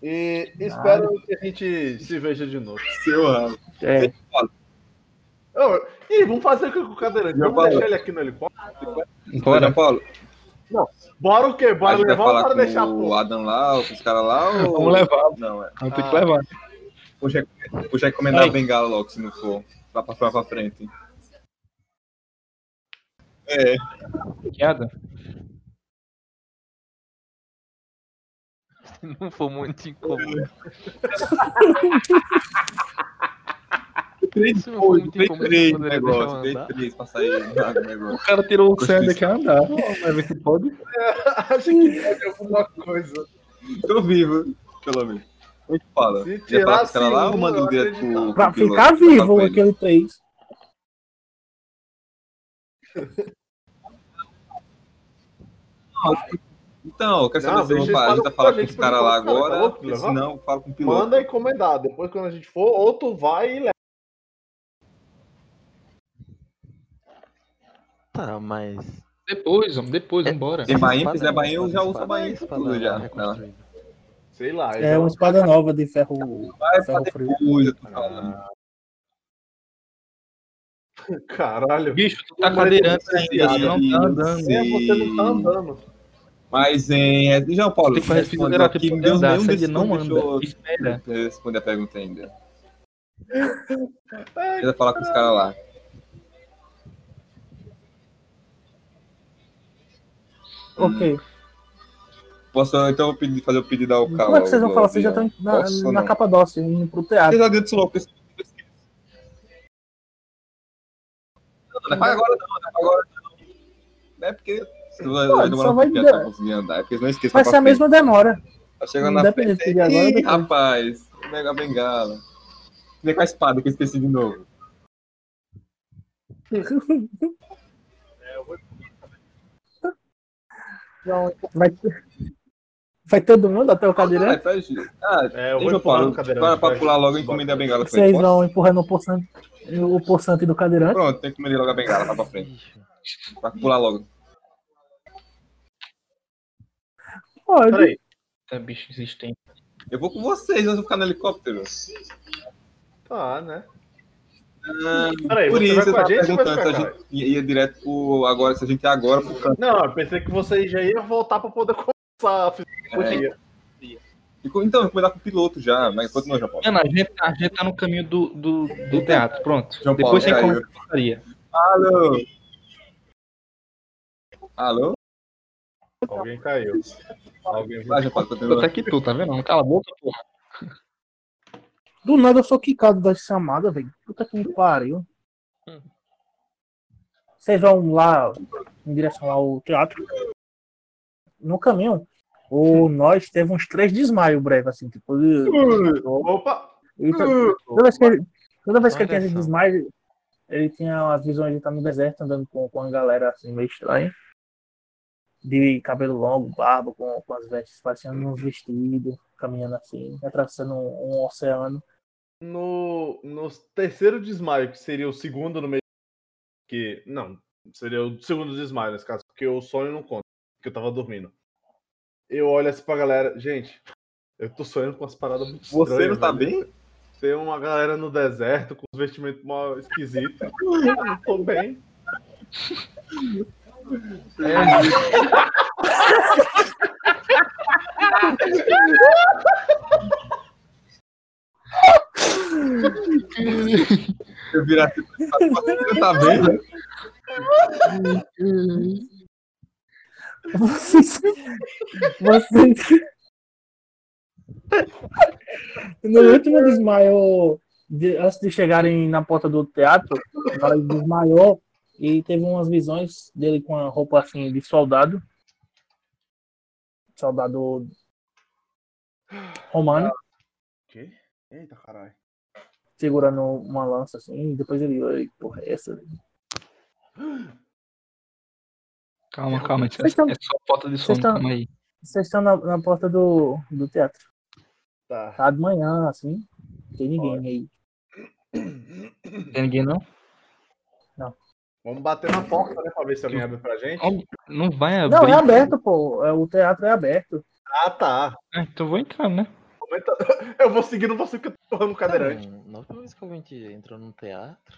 S2: E espero que a gente se veja de novo.
S3: Seu ramo.
S1: É,
S2: Ô, Ih, vamos fazer o que com o cadeirante?
S3: Meu
S2: Vamos deixar
S3: Paulo.
S2: ele aqui no helicóptero?
S3: Olha,
S5: Bora.
S3: Paulo,
S2: Bora o quê? Bora
S3: a gente vai
S2: levar ou
S3: falar
S2: bora deixar
S3: com o
S2: pô?
S3: Adam lá, ou com os caras lá? Ou...
S5: Vamos levar.
S3: Não, é.
S7: Então,
S5: Vamos ter que levar.
S3: Puxa, puxa recomendar
S5: Aí.
S3: a bengala logo, se não for. Pra passar pra frente. É,
S5: Piada.
S4: Se não for muito incomum.
S3: três
S4: Se não for muito incomum,
S3: três
S4: eu poderia deixar
S3: negócio,
S4: eu
S3: três
S4: andar.
S3: três pra sair do negócio.
S5: O cara tirou o Sandy aqui ah, a andar. Vai ver se pode.
S2: Acho que pode alguma coisa.
S3: Tô vivo, pelo menos. A gente fala.
S2: Se
S3: Ia falar com os
S2: tirasse
S3: caras lá
S2: um,
S3: ou manda
S2: eu
S3: um dia
S2: acreditava.
S3: pro.
S1: Pra
S3: pro piloto
S1: ficar
S3: conversar
S1: vivo
S3: com ele?
S1: aquele 3.
S3: Então, quer saber
S2: Não,
S3: se eu
S2: deixa
S3: vou falar? A
S2: eles falarem
S3: gente vai falar com os
S2: com né? a gente,
S3: caras lá
S2: por favor,
S3: agora,
S2: falou,
S3: porque
S2: piloto,
S3: se não, eu falo com o piloto.
S2: Manda encomendar. Depois, quando a gente for, ou tu vai e leva.
S4: Tá, mas.
S7: Depois, homem, depois,
S4: É-
S7: vambora.
S3: Tem Bahia,
S4: Espada
S3: se é Bahia, eu
S4: nova,
S3: já uso a
S4: espada-
S3: Bahia
S4: espada
S3: tudo já. tá?
S4: nova
S3: Ela
S4: reconstruída.
S2: Sei lá.
S1: É uma espada nova de ferro,
S3: Vai
S1: ferro
S3: fazer
S1: frio.
S3: coisa,
S2: Ah.
S3: né? tô falando.
S2: Caralho.
S7: Bicho, tu tá cadeirante ainda, tu não tá andando.
S2: É, você não tá andando.
S3: Mas, hein, é- João Paulo,
S7: Tem que fazer
S3: responde
S7: fisioterapia
S3: aqui,
S7: pra
S3: Deus
S7: andar,
S3: nenhum
S7: Sandy
S3: desses
S7: não
S3: deixou
S7: anda. Espera.
S3: eu responder a pergunta ainda.
S2: Ai,
S3: Ele vai falar com os caras lá.
S1: Ok.
S3: Posso, então, eu vou pedir- fazer o pedido ao Cal.
S1: Como é que vocês vão
S3: ao
S1: falar? Vocês já
S3: Leão.
S1: estão na,
S3: Posso ou
S1: na
S3: não?
S1: capa dócil, indo pro teatro.
S3: Vocês adiantam logo, porque senão eu esqueço. Não, não é pra agora não, não é pra agora não. É porque... se não, vai-
S1: Pô,
S3: vai
S1: só
S3: demorar um
S1: vai
S3: pouquinho
S1: dar.
S3: até eu conseguir andar, porque senão eu esqueço.
S1: Vai
S3: pra
S1: ser a
S3: frente.
S1: mesma demora.
S3: Tá chegando na frente.
S1: Independente de pedir agora. ou
S3: Ih,
S1: depois.
S3: rapaz, pega a bengala. Vem com a espada que eu esqueci de novo.
S1: Vai, vai todo mundo até o
S3: Ah,
S1: cadeirante?
S3: faz isso. Ah,
S2: É, eu
S3: deixa
S2: vou
S3: eu
S2: empurrar
S3: pular.
S2: no cadeirante.
S3: Para pra
S2: vai.
S3: pular logo e encomendar a bengala. pra
S1: Vocês
S3: frente.
S1: vão empurrando o poçante, o poçante do cadeirante.
S3: Pronto, tem que encomendar logo a bengala lá pra frente.
S4: Bicho,
S3: Pra pular logo.
S1: Pode.
S2: Peraí.
S7: Tá, bicho existente.
S3: Eu vou com vocês, eu vou ficar no helicóptero.
S2: Tá, né?
S3: Ah,
S2: Peraí,
S3: por
S2: você
S3: isso, eu
S2: vai com a
S3: tava
S2: gente ou vai
S3: perguntando se a
S2: ficar, cara?
S3: gente ia, ia direto pro. Agora, se a gente ia agora pro canto.
S2: Não, eu pensei que você já ia voltar pra poder começar a fisioterapia.
S3: E co- Então, eu vou dar pro piloto já, mas continua, João Paulo.
S7: Mano, a gente, a gente tá no caminho do, do, do teatro, pronto.
S3: João Paulo,
S7: Depois você
S3: caiu.
S7: encontra a portaria.
S3: Alô? Alô?
S2: então. Alguém caiu. Alguém
S3: Vai, João Paulo,
S7: Tô
S3: continua.
S7: até que tu, tá vendo? Não Cala a boca, porra.
S1: Do nada eu sou quicado da chamada, velho. Puta que me pariu. Vocês vão lá em direção ao teatro. No caminho, o nós teve uns três desmaios breves, assim, tipo. de-
S2: Opa!
S1: e to- toda vez que ele, toda vez que ele
S4: Olha
S1: tinha esse
S4: só.
S1: desmaio, ele tinha uma visão de estar no deserto andando com, com a galera assim, meio estranha. De cabelo longo, barba, com, com as vestes parecendo um vestido, caminhando assim, atravessando um, um oceano.
S2: No, no terceiro desmaio, que seria o segundo no meio. Que. Não, seria o segundo desmaio nesse caso, porque o sonho não conta, porque eu tava dormindo. Eu olho assim pra galera. Gente, eu tô sonhando com umas paradas muito estranhas.
S3: Você não tá
S2: velho.
S3: bem?
S2: Tem uma galera no deserto com os vestimentos mó esquisitos. Eu não tô bem.
S3: Eu virar assim, você tá bem?
S1: Vocês. Vocês. No último desmaio, de- antes de chegarem na porta do teatro, ele desmaiou e teve umas visões dele com a roupa assim de soldado. Soldado romano,
S2: Que? Eita caralho.
S1: segurando uma lança assim, e depois ele olha, "Ei, porra, é essa?
S7: Calma, calma. isso é-
S1: Vocês tão-
S7: É só falta de
S1: vocês
S7: sono,
S1: tão-
S7: calma aí.
S1: Vocês estão na, na porta do, do teatro.
S2: Tá.
S1: Tá de manhã, assim, não tem ninguém aí.
S7: Tem ninguém não?
S2: Vamos bater na porta, né? Pra ver se alguém abre pra gente.
S7: Ó, Não vai abrir. né?
S1: Não, é aberto, pô. É, O teatro é aberto.
S2: Ah, tá.
S7: Ah, então eu vou entrar, né?
S2: Comenta-
S4: Tá,
S2: Eu vou seguindo você que eu tô empurrando o cadeirante.
S4: então, na última vez que a gente entrou no teatro,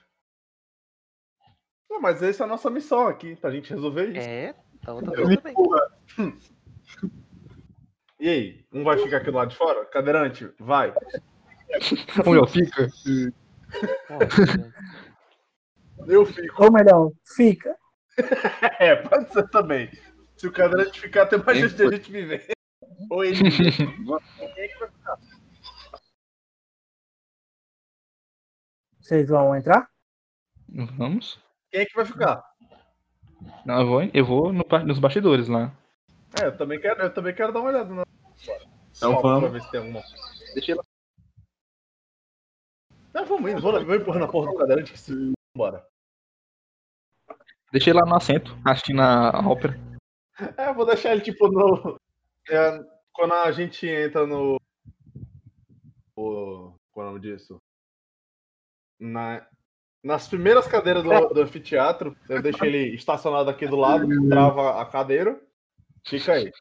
S2: Não, mas essa é a nossa missão aqui, pra gente resolver isso.
S4: É, tá outra coisa também.
S2: Hum. E aí, um vai ficar aqui do lado de fora? Cadeirante, vai.
S5: Onde eu fica?
S2: Eu fico.
S1: Ou melhor, fica.
S2: É, pode ser também. Se o cadeirante ficar, tem mais
S3: Quem
S2: chance de a gente viver. Ou ele.
S1: Vocês vão entrar?
S7: Vamos?
S2: Quem é que vai ficar?
S7: Não, eu vou, eu vou no pa- nos bastidores lá.
S2: É, eu também quero, eu também quero dar uma olhada na.
S3: Então
S2: Só
S3: vamos.
S2: Pra ver se tem alguma coisa.
S3: Deixa ele lá.
S2: Não, vamos indo, vamos, vamos empurrando a porra do cadeirante que se. Bora.
S7: Deixei lá no assento, assistindo a a ópera.
S2: É, eu vou deixar ele tipo no. é, quando a gente entra no. O... Qual é o nome disso? Na... Nas primeiras cadeiras do, do anfiteatro, eu deixo ele estacionado aqui do lado, trava a cadeira, fica aí.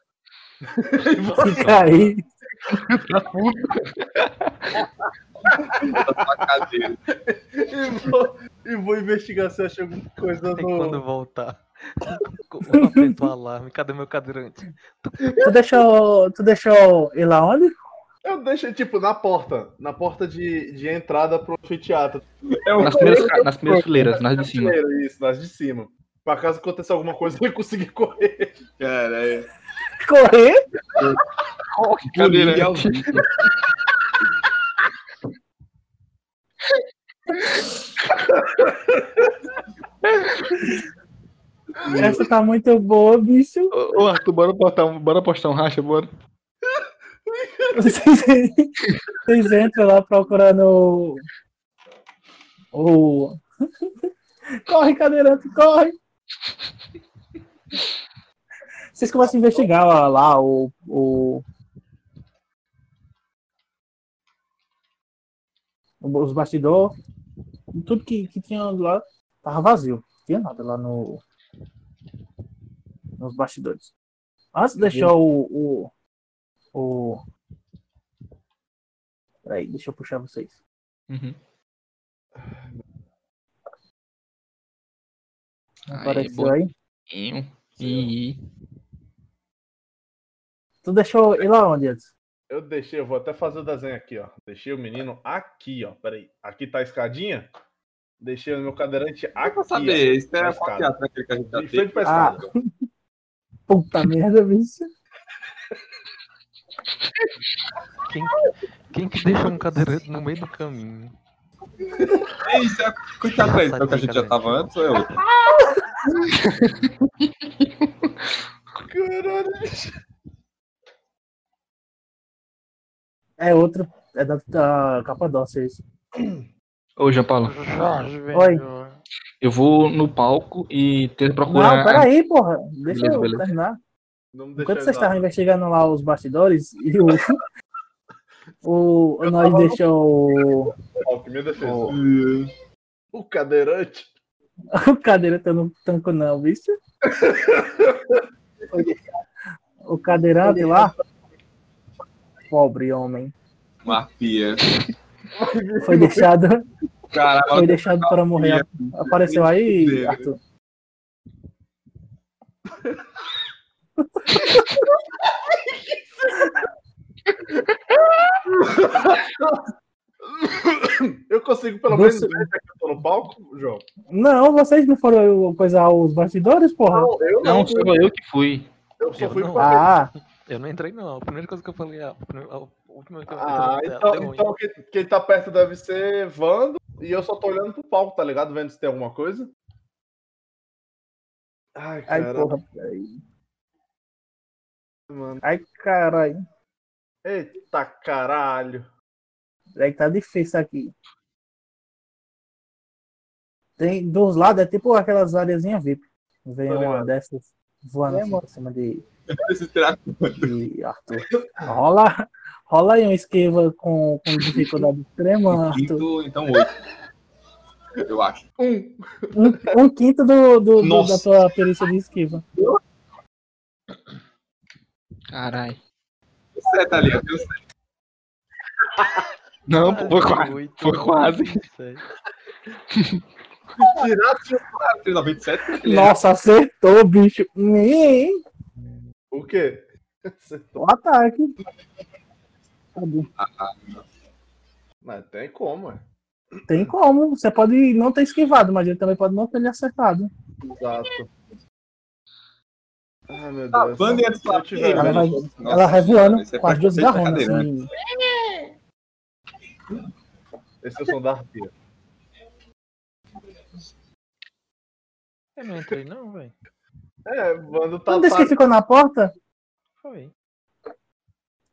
S1: Fica aí.
S3: Cadeira.
S2: E vou, e vou investigar se acha alguma coisa
S4: Tem quando
S2: no.
S4: voltar. Eu aperto o alarme. Cadê meu cadeirante?
S1: Tu deixou, tu deixou ir lá onde?
S2: Eu deixo, tipo, na porta. Na porta de, de entrada pro anfiteatro. Tá
S3: É
S7: Nas primeiras, ca- nas primeiras fileiras, nas
S5: tá
S7: de cima. assim,
S2: Primeiro, Isso, nas de cima. Pra caso aconteça alguma coisa, ele conseguir correr.
S3: Cara, é.
S1: Correr?
S3: Cadeira. né?
S1: Essa tá muito boa, bicho.
S5: Ô, ô, Arthur, bora, botar um, bora postar um racha, bora.
S1: Vocês, vocês entram lá procurando o. o- Corre, cadeirante, corre! Vocês começam a investigar lá, lá o, o- Os bastidores. Tudo que, que tinha lá tava vazio. Não tinha nada lá no. Nos bastidores. Antes de deixar o- o o. Peraí, deixa eu puxar vocês.
S7: Uhum. Aí,
S1: Apareceu aí.
S7: botinho. E
S1: Tu deixou ir lá onde antes?
S2: Eu deixei, eu vou até fazer o desenho aqui, ó. Deixei o menino aqui, ó. Peraí. Aqui tá a escadinha. Deixei o meu cadeirante aqui.
S3: Pra
S2: ó.
S3: saber, isso
S2: na
S3: é
S2: escada.
S3: qual teatro né, aquele que a gente já
S2: De frente
S3: teve?
S2: pra escada.
S1: Puta merda, bicho.
S4: Quem, quem que deixa um cadeirante no meio do caminho?
S3: Isso é qual teatro é esse? É o que a gente já tava antes ou é outro?
S2: Caralho.
S1: É outro. É da, da Capadócia isso.
S7: Ô, João Paulo,
S4: Jorge,
S1: Oi.
S4: velho.
S7: eu vou no palco e tento procurar.
S1: Não, peraí, porra. Deixa
S7: É. Beleza,
S1: eu
S7: beleza.
S1: terminar.
S2: Não me
S1: Enquanto
S2: deixa
S1: vocês tá
S2: entrar.
S1: estavam investigando lá os bastidores e o. O,
S2: Eu
S1: nós
S2: tava no-
S1: deixou o,
S2: Ó, que minha defesa.
S1: Ó.
S2: O cadeirante.
S1: o cadeirante no tanco, não, bicho. O cadeirante lá. Pobre homem.
S3: Uma arpia.
S1: Foi deixado, foi
S3: Caralho,
S1: deixado para morrer. Apareceu aí,
S3: Deus.
S1: Arthur.
S2: Eu consigo pelo menos
S1: Você-
S2: ver se é que eu tô no palco, João?
S1: Não, vocês não foram coisar os bastidores, porra?
S2: Não, eu não.
S7: Ah, Não, sou eu que fui.
S2: Eu só
S4: Eu
S2: fui
S4: não.
S2: pra ver.
S1: Ah,
S4: Eu não entrei, não. A primeira coisa que eu falei, a, primeira- a última que eu
S2: Ah,
S4: deu-
S2: então,
S4: deu um ruim.
S2: então quem, quem tá perto deve ser Vando e eu só tô olhando pro palco, tá ligado? Vendo se tem alguma coisa. Ai,
S1: ai,
S2: cara,
S1: porra. peraí.
S2: mano.
S1: Ai, caralho.
S2: Eita caralho.
S1: É que tá difícil aqui. Tem dos lados, é tipo aquelas areazinhas VIP. Vem
S2: Tô
S1: uma
S2: ligado.
S1: dessas voando assim pra cima de,
S3: esse teatro.
S1: de Arthur. Rola, rola aí um esquiva com, com dificuldade extrema, Arthur.
S3: Quinto, então oito. Eu acho.
S1: Um, um quinto do, do- do- da
S3: Nossa.
S1: tua perícia de esquiva.
S7: Caralho.
S3: Sete ali, eu sei.
S7: Não, pô, foi quase.
S1: Ah,
S4: um Oito,
S7: foi quase.
S4: nove, dezesseis.
S3: Tirasse o 97.
S1: Nossa, acertou, bicho. Hum,
S2: O quê?
S1: o um ataque. Tá bom.
S2: Mas tem como, é.
S1: Tem como. Você pode não ter esquivado, mas ele também pode não ter lhe acertado.
S2: Exato. Ai, meu
S3: Tá,
S2: Deus.
S3: Banda e
S2: Se eu tiver
S1: Ela
S2: vendo-
S1: vai, ela vai voando
S3: é
S1: com as duas garronas. assim.
S2: Esse é o som da arpia.
S4: Eu não entrei não, velho.
S2: É, Wanda tá.
S1: Não disse
S2: tá-
S1: que ficou na porta?
S4: Foi.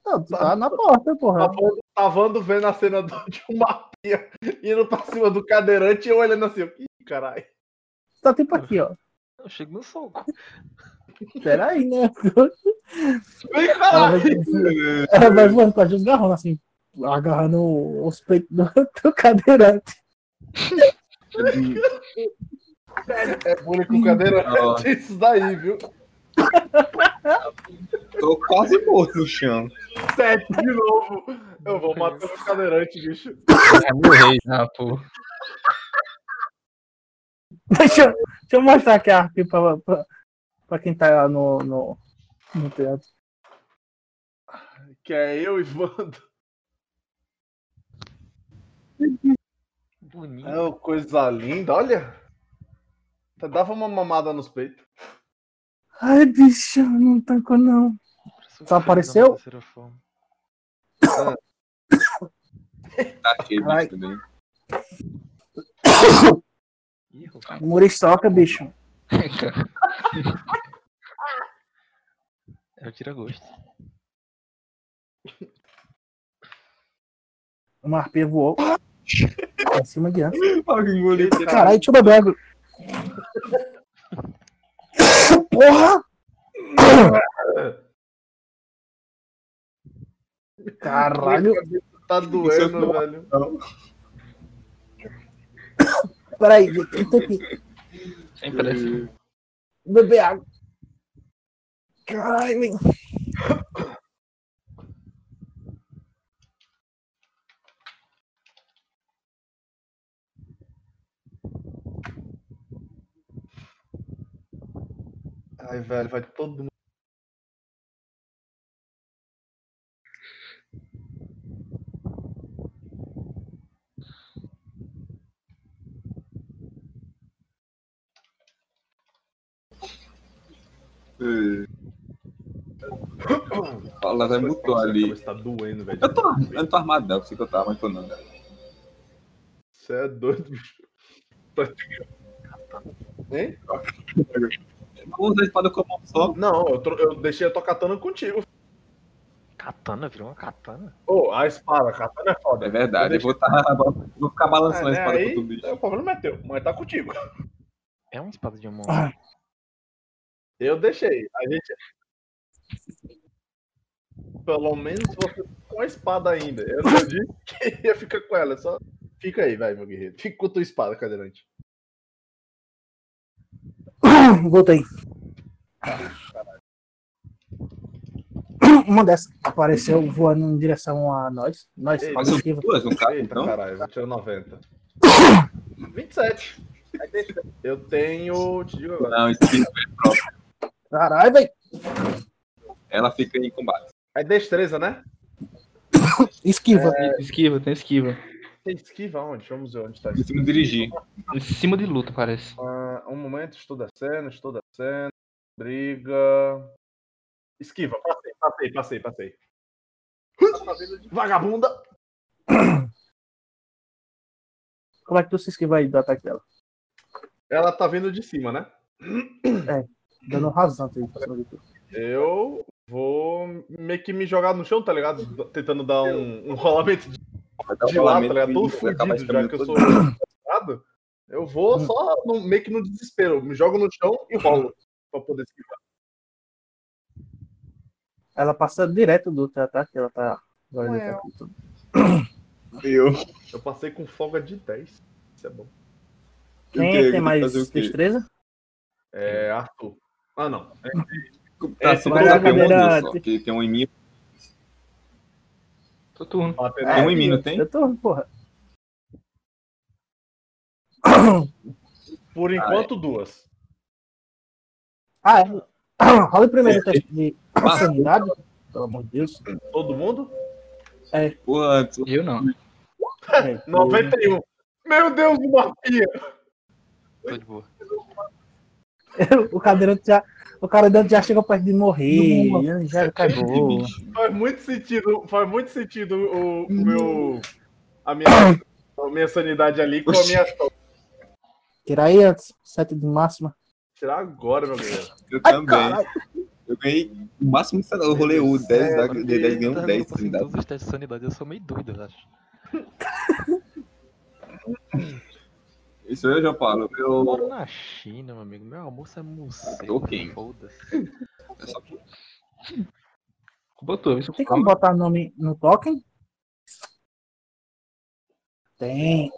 S1: Não, tu tá na porta,
S2: Tá
S1: porra.
S2: vendo- tá vendo vendo a cena do, de uma pia indo pra cima do cadeirante e eu olhando assim, eu, ih, caralho.
S1: Tá tipo aqui, ó.
S4: Eu chego no soco.
S1: Peraí, né?
S2: Vem,
S1: Ela
S2: caralho!
S1: vai, ela vai voando com as duas garronas, assim, agarrando os peitos do, do cadeirante.
S2: É bullying com o cadeirante, é isso daí, viu?
S3: Tô quase morto no chão.
S2: Sete de novo. Eu vou matar o cadeirante, bicho.
S7: É meu rei, já, pô.
S1: Deixa, eu- deixa eu mostrar aqui a arpa pra, pra, pra quem tá lá no, no, no teatro.
S2: Que é eu e Wanda.
S4: Bonito.
S2: É uma coisa linda, olha. Tá- Dava uma mamada nos peitos.
S1: Ai, bicho, não tancou não.
S4: Parece um
S1: Só
S4: filho da
S1: apareceu?
S4: mãe terceira forma.
S3: Tá cheio
S1: Vai.
S3: disso também.
S4: Ih, Hulk.
S1: Muriçoca, bicho.
S4: É o tira-gosto.
S1: Uma arpia voou. Pra cima de antes.
S3: Alguém engoliu.
S1: Caralho, deixa eu beber água. Porra! Caralho.
S2: Minha cabeça Tá
S3: é
S2: doendo, velho.
S1: Peraí, eu tenho que
S7: Sem pressa.
S1: beber água. Caralho, hein?
S2: Ai, velho, vai todo mundo.
S3: Fala, vai mutou é ali.
S2: Tá doendo, velho.
S3: Eu, tô, eu não tô armado, não. Eu sei que eu tava, mas tô não.
S2: Você é doido, bicho. Tá- Hein?
S3: Vamos usar a espada como um só.
S2: Não, eu, tro- eu deixei a tua katana contigo.
S4: Katana, virou uma katana.
S2: Ô, a espada, a katana é
S3: É
S2: foda.
S3: verdade. Eu vou, tá, vou ficar balançando a
S2: É, né,
S3: espada
S2: aí-
S3: com o bicho.
S2: O problema é teu, mas tá contigo.
S4: É uma espada de mão.
S1: Ah.
S2: Eu deixei. A gente. Pelo menos você tá com a espada ainda. Eu não disse que ia ficar com ela. Só fica aí, vai, meu guerreiro. Fica com a tua espada, cadeirante.
S1: Voltei. Uma dessas apareceu voando em direção a nós. Nós,
S2: Ei,
S3: Mas são
S1: esquiva.
S3: duas, no caso,
S2: Eita,
S3: então.
S2: caralho, vou tirar 90. 27. Eu tenho. Te digo agora.
S3: Não, espírito é próprio.
S1: Caralho, velho.
S3: Ela fica em combate.
S2: É destreza, né?
S1: Esquiva.
S7: Esquiva, tem esquiva.
S2: Tem esquiva onde? Vamos ver onde tá
S3: Em
S2: isso.
S3: cima de dirigir.
S7: Em cima de luta, parece.
S2: Ah, um momento, estuda a cena, estuda a cena. Briga. Esquiva, passei, passei, passei, passei. Vagabunda!
S1: Como é que tu se esquiva aí do ataque dela?
S2: Ela tá vindo de cima, né?
S1: Dando razão. Tá aí, pra cima de tu.
S2: Eu vou meio que me jogar no chão, tá ligado? D- Tentando dar um, um rolamento de,
S3: Vai dar um
S2: de lá, tá
S3: rolamento
S2: ligado? Todo
S3: e vai acabar esse
S2: fudido, já que eu
S3: caminho
S2: sou
S3: todo. Hum.
S2: errado. Eu vou só no- meio que no desespero. Eu Me jogo no chão e rolo pra poder esquivar.
S1: Ela passa direto do teu ataque. Ela tá. agora ele tá com tudo.
S3: Eu.
S2: Eu passei com folga de 10. Isso é bom.
S3: Eu
S1: Quem
S3: queria
S1: tem mais
S3: fazer o quê?
S1: destreza?
S2: É, Arthur. Ah, não. É,
S3: Tá,
S2: É,
S3: só
S1: vai
S3: vai
S1: lá,
S3: ter um
S1: cadeirante.
S3: só, que tem um em mim.
S7: Tô turno.
S2: bater
S3: É, um
S1: É,
S3: Tem um em mim, não tem?
S1: Eu tô, porra.
S3: é.
S2: Por enquanto, duas.
S1: Ah, é. Rola o primeiro teste de sanidade. Pelo amor de Deus.
S2: Todo mundo?
S3: Hum. Quanto?
S5: Eu não.
S1: É,
S2: 91. Meu Deus, do Mafia!
S5: Tô de boa.
S1: O cadeirante já. O cara dentro já chega perto de morrer. já acabou.
S2: Faz muito sentido, faz muito sentido o, o meu. A minha, a minha sanidade ali com a minha.
S1: Tira aí antes. 7 de máxima.
S2: Tirar agora, meu amigo.
S3: Eu
S1: Ai,
S3: também.
S1: caralho.
S3: Eu ganhei o máximo que eu rolei
S2: é
S3: o 10, da, de 10 ganhei
S2: tá
S3: um 10 de dado.
S2: assim,
S4: Todos os testes de sanidade, eu sou meio doido, eu acho.
S3: Isso eu já falo.
S2: então.
S4: Eu
S3: Meu,
S4: moro na China, meu amigo. Meu almoço é
S3: Tô
S4: morcego.
S3: quente.
S4: Foda-se.
S3: é só que
S7: Culpa tua, isso
S1: Tem como botar nome no token? Tem.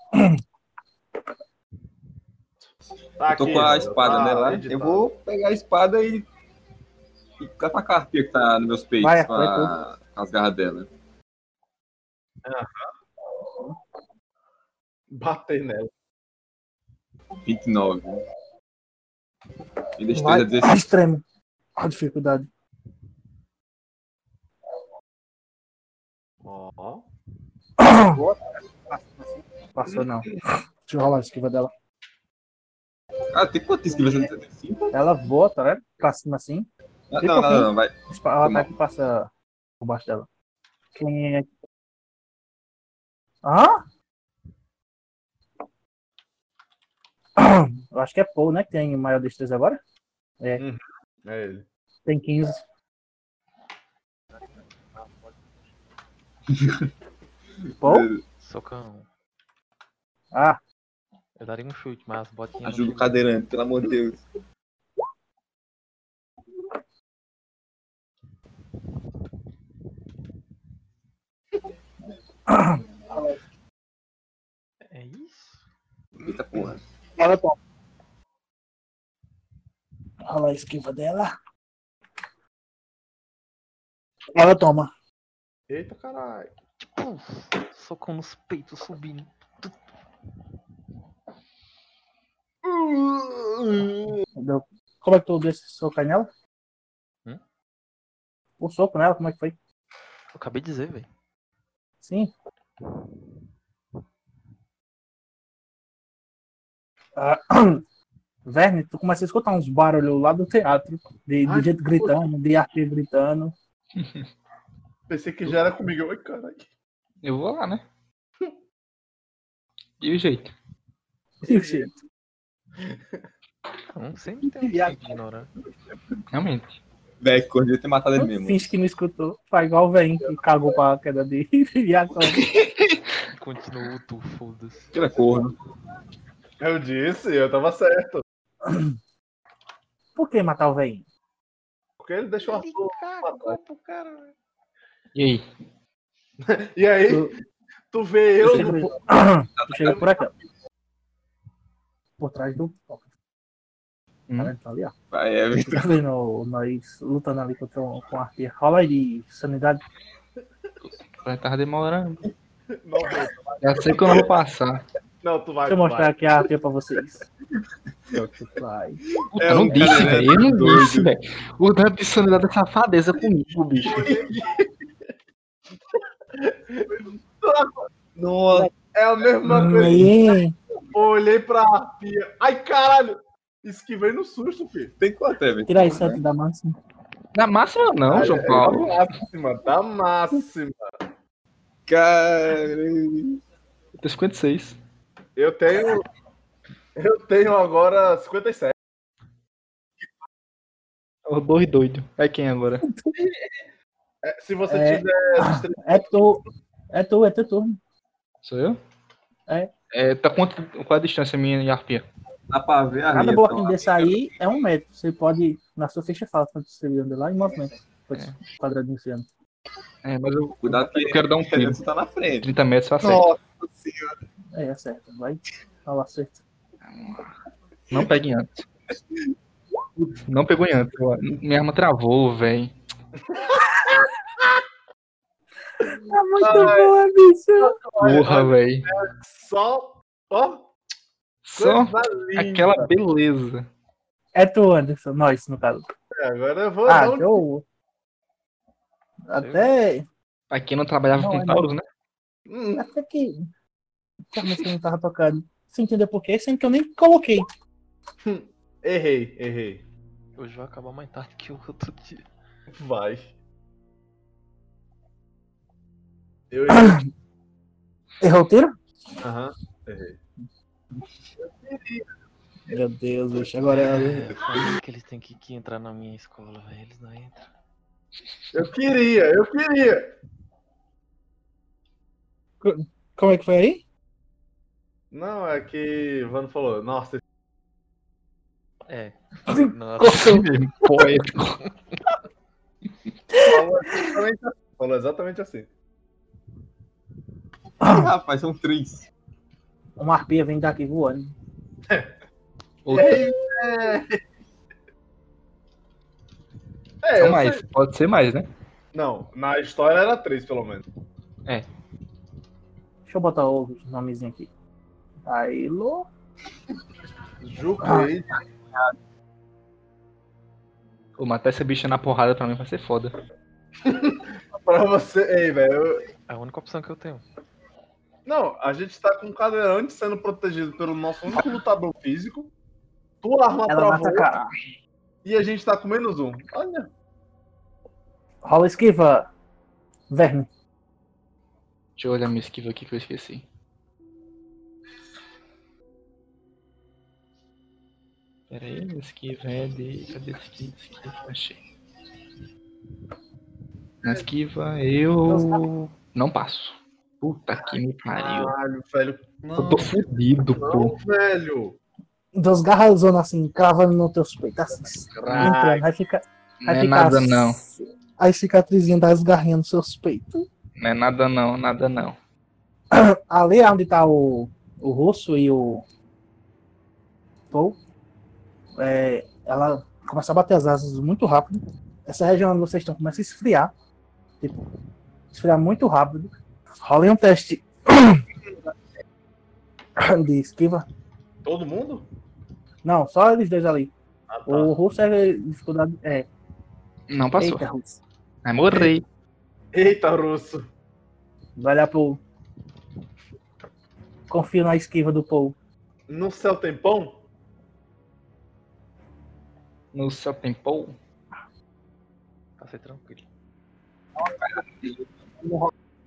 S2: Tá
S3: eu tô
S2: aqui,
S3: com a
S2: tá
S3: espada, né, lá. Eu
S2: editado.
S3: vou pegar a espada e... E ficar com a carpinha que tá nos meus peitos,
S1: Vai,
S3: com,
S1: vai
S3: a... com as garras dela.
S2: Bater nela.
S3: 29. E
S1: Vai,
S3: destreza 16.
S1: ao extremo. A dificuldade.
S2: Ó.
S1: Passou não. Deixa eu rolar a esquiva dela.
S3: Ah, tem quanto esquiva você não tem? Cinco?
S1: Ela voa, tá vendo? Pra cima assim.
S3: Ah,
S1: Fica
S3: Não, não,
S1: ruim.
S3: não, não, vai.
S1: Espa- O
S3: Toma.
S1: ataque passa por baixo dela. Quem é. Hã? Eu acho que é Paul, né? Que tem maior destreza agora.
S2: É ele.
S1: Tem 15. Paul?
S4: Socão.
S1: Ah,
S4: Eu daria um chute, mas as botinhas. não
S3: Ajuda o
S4: chegam.
S3: cadeirante, pelo amor de Deus.
S4: É isso?
S3: Eita porra.
S1: ela toma. Olha a esquiva dela. Ela toma.
S2: Eita caralho.
S4: Tipo, socão nos peitos subindo.
S1: Deu- Como é que tu deu esse soco aí nela?
S4: Hum?
S1: O soco nela, como é que foi?
S4: Eu acabei de dizer, velho.
S1: Sim. Ah, Verne, tu começa a escutar uns barulhos lá do teatro, de, do
S2: Ai,
S1: jeito gritando, de arte gritando.
S2: Pensei que já era comigo. Ai, caralho.
S7: Eu vou lá, né? E o jeito?
S1: E o cheiro?
S4: Não, sempre tem um que ignorar.
S7: Realmente.
S3: Véi, quando eu ter matado ele É mesmo.
S1: Finge que não escutou. Faz igual o Verne, que cagou pra queda de Yakov.
S4: Continua o tu, foda-se.
S3: Tira é corno.
S2: Eu disse, eu tava certo.
S1: Por que matar o velhinho?
S2: Porque ele deixou a sua.
S3: Tá
S4: cagou pro cara, velho.
S7: E aí?
S2: E aí, tu vê eu.
S1: Tu chega por- Tu chega por aqui. ó. Por trás do. ó,
S7: Hum?
S1: Tá vendo? Tá ali, ó.
S3: Vai, é,
S1: Tá vendo nós lutando ali contra um, com a arpia. Rola aí de sanidade.
S7: Vai estar demorando.
S2: Não,
S7: Já sei que eu não vou passar.
S2: não, tu vai.
S1: Deixa eu
S2: tu
S1: mostrar
S2: vai.
S1: aqui a arpia pra vocês. Pronto, vai.
S7: Puta,
S3: É,
S7: eu não
S3: o
S7: disse,
S3: cara é
S7: velho. Eu não
S3: doido.
S7: disse, velho. O dano de sanidade é safadeza comigo, bicho.
S3: Nossa,
S2: É a mesma coisa.
S1: Hum, Aí,
S2: Pô, Olhei pra pia. Ai, caralho! Esquivei no susto, filho.
S3: tem quanto é, velho?
S1: tira aí santo da máxima.
S7: Na máxima não,
S3: é.
S7: João
S2: Tá
S7: Paulo.
S2: máxima, tá máxima.
S3: Caralho.
S7: Eu tenho 56.
S2: Eu tenho. Eu tenho agora 57.
S7: O dois doido. É quem agora?
S2: É, Se você
S1: É.
S2: tiver.
S1: É tu. É tu, é teu turno.
S7: Sou eu?
S1: É.
S7: É, tá quanto, qual é a distância minha e arpia?
S3: Dá pra ver a
S1: Cada
S3: minha,
S1: bloquinho
S3: então.
S1: desse aí é um metro. Você pode, na sua ficha, fala quanto você anda lá em movimento. Quantos quadradinhos você anda.
S7: É, mas eu,
S3: Cuidado que
S7: eu quero dar um tempo.
S3: você tá na frente.
S7: 30 metros eu acerto.
S3: Nossa senhora.
S1: É, acerta. Vai. Fala, acerta.
S7: Não pegue em antes. Putz, Não pegou em antes. ó. Minha arma travou, velho.
S1: Tá muito boa, bicho.
S7: Porra, velho.
S2: Só. Ó,
S7: Só
S2: Coisa linda.
S7: aquela beleza.
S1: É tu, Anderson. Nós, no caso.
S2: É, Agora eu vou
S1: Ah,
S2: dar um
S1: eu. Até.
S7: Aqui não trabalhava
S1: Não, é
S7: com Taurus, né?
S2: Hum,
S1: Até que. Que a música não tava tocando. Você entendeu por quê? Sendo que eu nem coloquei.
S2: Errei, errei.
S4: Hoje vai acabar mais tarde que o outro dia.
S2: Vai. Eu errei.
S1: Errou o tiro?
S2: Aham.
S1: Meu Deus, bicho. Agora é.
S4: Eu falei que eles têm que, que entrar na minha escola, velho. Eles não entram.
S2: Eu queria, eu queria.
S1: Como é que foi aí?
S2: Não, é que Vano falou, nossa,
S4: É. Nossa,
S7: é,
S5: Poético.
S2: falou exatamente assim. Falou exatamente assim.
S3: Ih, rapaz, são três.
S1: Uma arpia vem daqui voando.
S7: Outra.
S2: É,
S7: São
S2: eu
S7: mais,
S2: sei.
S7: pode ser mais, né?
S2: Não, na história era três, pelo menos.
S1: Deixa eu botar o nomezinho aqui. Aí, louco. Ah.
S2: Juquei.
S7: Pô, matar essa bicha na porrada pra mim vai ser foda.
S2: Pra você. Ei, velho. eu-
S4: é a única opção que eu tenho.
S2: Não, a gente tá com um cadeirante sendo protegido pelo nosso único lutador físico. Tua arma
S1: Ela mata
S2: travou
S1: a cara.
S2: e a gente tá com menos um. Olha.
S1: Rola esquiva. Verme.
S7: Deixa eu olhar meu esquiva aqui que eu esqueci. Pera aí, minha esquiva é de. Cadê a esquiva? Esquiva, Achei. Na esquiva eu. Não passo. Puta que me pariu.
S2: Caralho, velho.
S7: Eu
S2: Não,
S7: tô fudido, pô.
S2: não, velho.
S1: Dos garras zona assim, cravando no teu peito. Assim, entrando. Aí fica.
S7: Não
S1: Aí
S7: é
S1: fica
S7: nada
S1: as-
S7: não.
S1: As cicatrizinhas das garrinhas nos seus peitos.
S7: Não é nada não, nada não.
S1: Ali é onde tá o, o russo e o. Paul. É, ela começa a bater as asas muito rápido. Essa região onde vocês estão começa a esfriar. Tipo, esfriar muito rápido. Rolem um teste de esquiva.
S2: Todo mundo?
S1: Não, só eles dois ali.
S2: Ah, tá.
S1: O russo é dificuldade. É,
S7: Não passou.
S1: eita, russo.
S7: Aí morri.
S2: Eita, russo.
S1: Vai olhar pro. Confio na esquiva do Paul.
S2: No céu tem pão?
S7: No seu tempo.
S4: Passei tranquilo.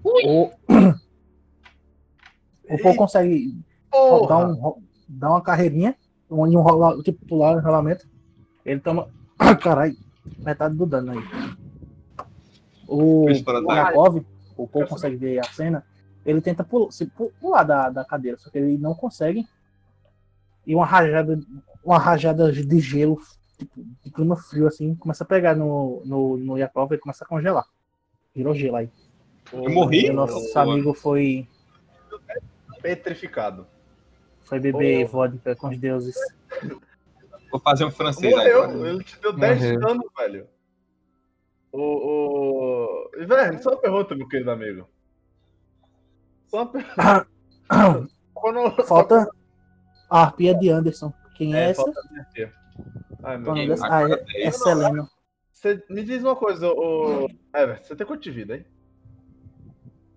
S1: O, o Paul consegue ro- dar,
S2: Porra!
S1: um, ro- dar uma carreirinha, um, e um rola, tipo pular o rolamento. Ele toma. Caralho, metade do dano aí. O
S3: Fez para
S1: o
S3: dar.
S1: Yakov, o Paul consegue ver a cena. Ele tenta pul- se pu- pular da, da cadeira, só que ele não consegue. E uma rajada, uma rajada de gelo, tipo, de clima frio assim, começa a pegar no, no, no Yakov e começa a congelar. Virou gelo aí.
S2: um.
S3: Eu morri?
S1: E o nosso
S3: Boa.
S1: amigo foi,
S2: Petrificado.
S1: foi beber vodka com os deuses.
S3: Vou fazer um francês
S2: Morreu,
S3: agora.
S2: ele te deu 10
S7: Morreu.
S2: de dano, velho. O, o... Velho, só uma pergunta, meu querido amigo. Só uma pergunta. Quando...
S1: Falta a arpia de Anderson. Quem é,
S2: É,
S1: essa?
S2: falta aqui. Ai, meu
S1: Qual o nome
S2: Deus.
S3: Quem?
S1: dessa? Ah,
S3: Agora
S1: é, é Selena.
S2: Você me diz uma coisa, o... Everton, você tem quanto de vida, hein?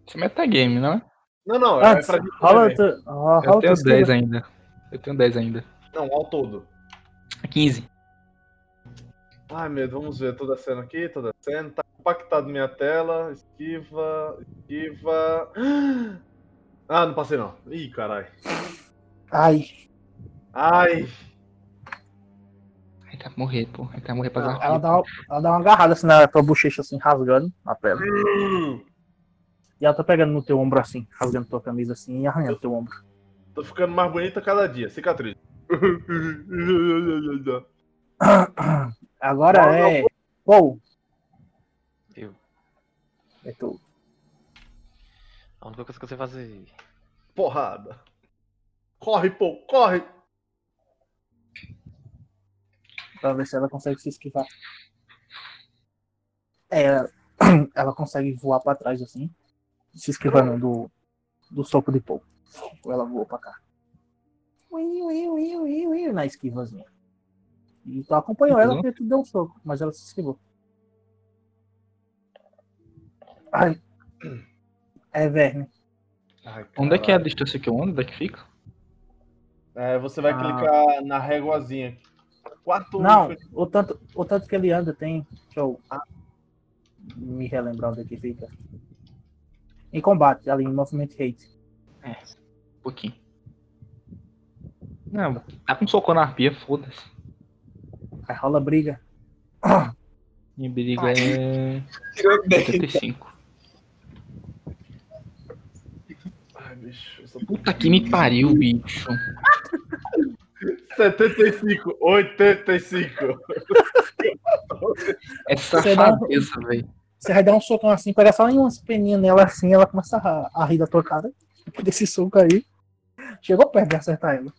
S7: Isso é metagame, não é?
S1: Tá
S2: Não, não, é
S1: Antes,
S2: pra mim.
S1: rola
S2: também.
S1: tu- ó,
S7: Eu
S1: rola
S7: tenho né?
S1: tu
S7: 10
S1: esquiva.
S7: ainda. Eu tenho 10 ainda.
S2: Não, ao todo.
S7: 15.
S2: Ai, meu Deus, vamos ver. Tô descendo aqui, tô descendo. Tá impactado minha tela. Esquiva, esquiva. Ah, não passei não. Ih, caralho.
S1: Ai,
S2: Ai,
S7: Aí tá morrer, pô. Aí tá morrer pra
S2: Não,
S7: zarpia.
S1: ela dá, uma, ela dá uma agarrada assim na tua bochecha, assim, rasgando a pele. E ela tá pegando no teu ombro assim, rasgando tua camisa assim e arranhando teu ombro.
S2: tô ficando mais bonita cada dia. Cicatriz.
S1: Agora
S2: Não,
S1: é. Paul.
S4: Eu.
S1: É tu.
S4: A única coisa que eu sei fazer.
S2: Porrada. Corre, pô, corre.
S1: Pra ver se ela consegue se esquivar. É, ela- ela consegue voar pra trás assim, se esquivando do, do soco de Paul. Ela voou pra cá. ui, ui, ui, ui, ui, na esquivazinha. E tu acompanhou ela
S7: Uhum.
S1: porque tu deu um soco, mas ela se esquivou. Ai. É verme.
S2: Ai,
S7: Onde é que é a
S2: caralho.
S7: distância que eu ando? Onde é que fica?
S2: É, você vai
S1: Ah.
S2: clicar na réguazinha. Quatro.
S1: Não, o tanto, o tanto que ele anda tem. Deixa eu
S2: Ah.
S1: me relembrar onde é que fica. Em combate, ali, em movimento hate.
S5: É.
S7: Um pouquinho. Não, tá com um socão na arpia, foda-se.
S1: Aí rola briga.
S7: Minha briga é
S3: Tirou 10.
S7: 75.
S2: Ai, bicho. eu sou-
S7: Puta que me pariu, bicho.
S2: 75, 85.
S7: É
S1: Você não-
S7: safadeza, velho.
S1: Você vai dar um socão assim, pega só em umas peninhas nela assim, ela começa a, a rir da tua cara. Desse soco aí. Chegou perto de acertar ela.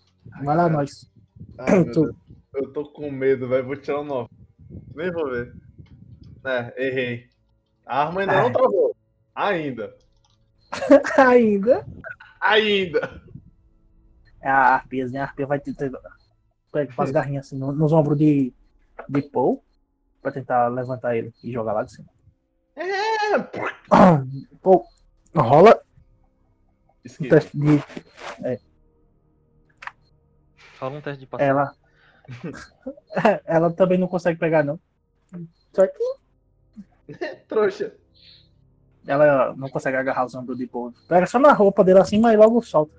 S1: Vai lá, nós.
S2: Ai, meu
S1: Tô-
S2: Deus. Eu tô com medo, velho. Vou tirar o 9. Nem vou ver. É, errei. A arma ainda não
S1: Ai.
S2: travou. Ainda.
S1: Ainda.
S2: Ainda.
S1: É a arpiazinha, a arpia vai tentar. Pega com as garrinhas assim no- nos ombros de, de Paul. Pra tentar levantar ele e jogar lá de cima.
S2: É, pô.
S1: Ah, Paul, rola um
S2: Esqueci.
S1: teste de.
S4: Fala um teste de passagem.
S1: Ela. ela também não consegue pegar, não. Só que
S2: Tá Trouxa.
S1: ela não consegue agarrar os ombros de Paul. Pega só na roupa dele assim, mas logo solta.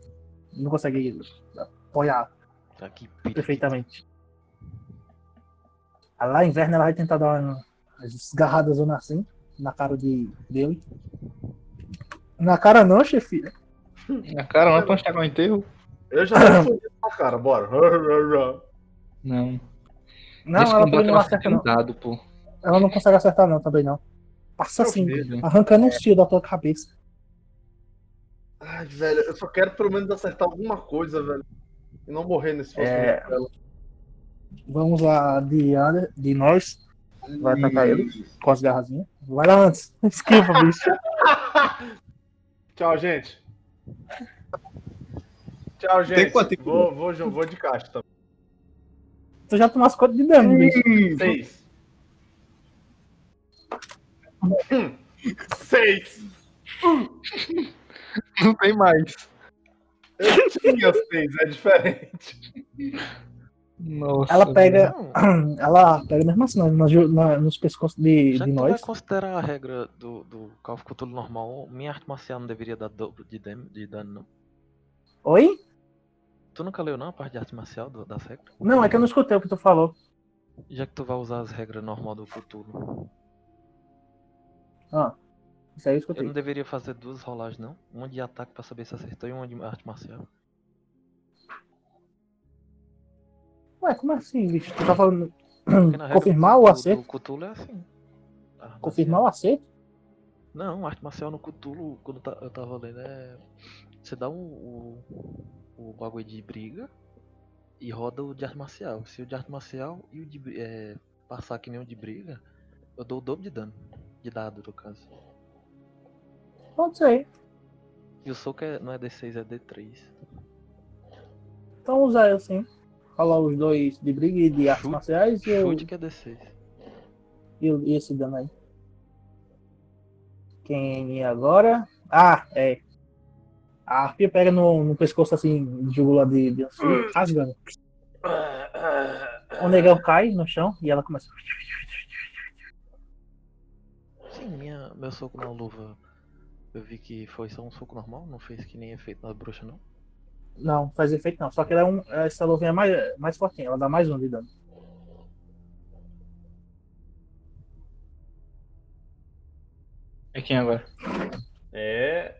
S1: Não consegue apoiar
S4: Tá aqui, pica.
S1: perfeitamente. Aí Lá em Verna ela vai tentar dar uma as desgarradas zona assim, na cara de, dele. Na cara não, chefia.
S7: Na cara, não é pra onde tá com o enterro?
S2: Eu já tô fodido com a cara, bora.
S7: Não.
S1: Não,
S7: Nesse
S1: ela
S7: combate
S1: também não
S7: ela fica
S1: acerta não.
S7: dado, pô.
S1: Ela não consegue acertar não, também não. Passa assim,
S7: Entendeu?
S1: arrancando um fio da tua cabeça.
S2: Ai, velho, eu só quero pelo menos acertar alguma coisa, velho. E não morrer nesse próximo
S1: É.
S2: jogo dela.
S1: Vamos lá de, Ander- de nós. Vai atacar ele com as garrazinhas. Vai lá antes. Esquiva, bicho.
S2: Tchau, gente. Tchau, gente.
S3: quanto tempo?
S2: Vou, vou, jo- vou de caixa, tá?
S1: Tu já tomasse conta de dano, bicho.
S2: Seis. Hum. Seis.
S5: Não tem mais.
S2: Eu tinha seis, é diferente.
S7: Nossa.
S1: Ela pega-
S4: Não,
S1: Ela pega mesmo assim, na, na- nos pescoços de,
S4: já
S1: de
S4: que tu vai
S1: nós.
S4: considerar a regra do, do Call of Cthulhu normal, minha arte marcial não deveria dar dobro de, dam- de dano, não.
S1: Oi?
S4: Tu nunca leu não a parte de arte marcial do, das regras?
S1: Não, é que eu não escutei o que tu falou.
S4: Já que tu vai usar as regras normal do Cthulhu.
S1: Isso aí eu
S4: Eu
S1: escutei.
S4: não deveria fazer duas rolagens, não? Uma de ataque pra saber se acertou e uma de arte marcial.
S1: Ué, como assim, bicho? Tu tá falando.
S4: Porque na regra
S1: Confirmar
S4: do-
S1: o
S4: do-
S1: acerto?
S4: Do Cthulhu é assim. Arte
S1: Confirmar o acerto?
S4: Não, arte marcial no Cthulhu, quando tá- eu tava lendo, é. Você dá o, o, o bagulho de briga e roda o de arte marcial. Se o de arte marcial e o de bri- é, passar que nem o de briga, eu dou o dobro de dano. De dado, no caso.
S1: Pode ser.
S4: E o soco é, não é D6, é D3.
S1: Então usa eu sim. Rolar os dois de briga e de artes
S4: Chute.
S1: marciais e, eu,
S4: Chute que é D6.
S1: e, e esse dano aí. Quem é agora? Ah, é. A arpia pega no, no pescoço assim, de jugular de, de assim, rasgando. O negão cai no chão e ela começa.
S4: Sim, minha, meu soco na luva. Eu vi que foi só um soco normal, não fez que nem efeito na bruxa, não.
S1: Não, faz efeito não. Só que ela é um, essa luvinha é mais, mais fortinha, ela dá mais um de dano.
S7: É quem agora?
S2: É.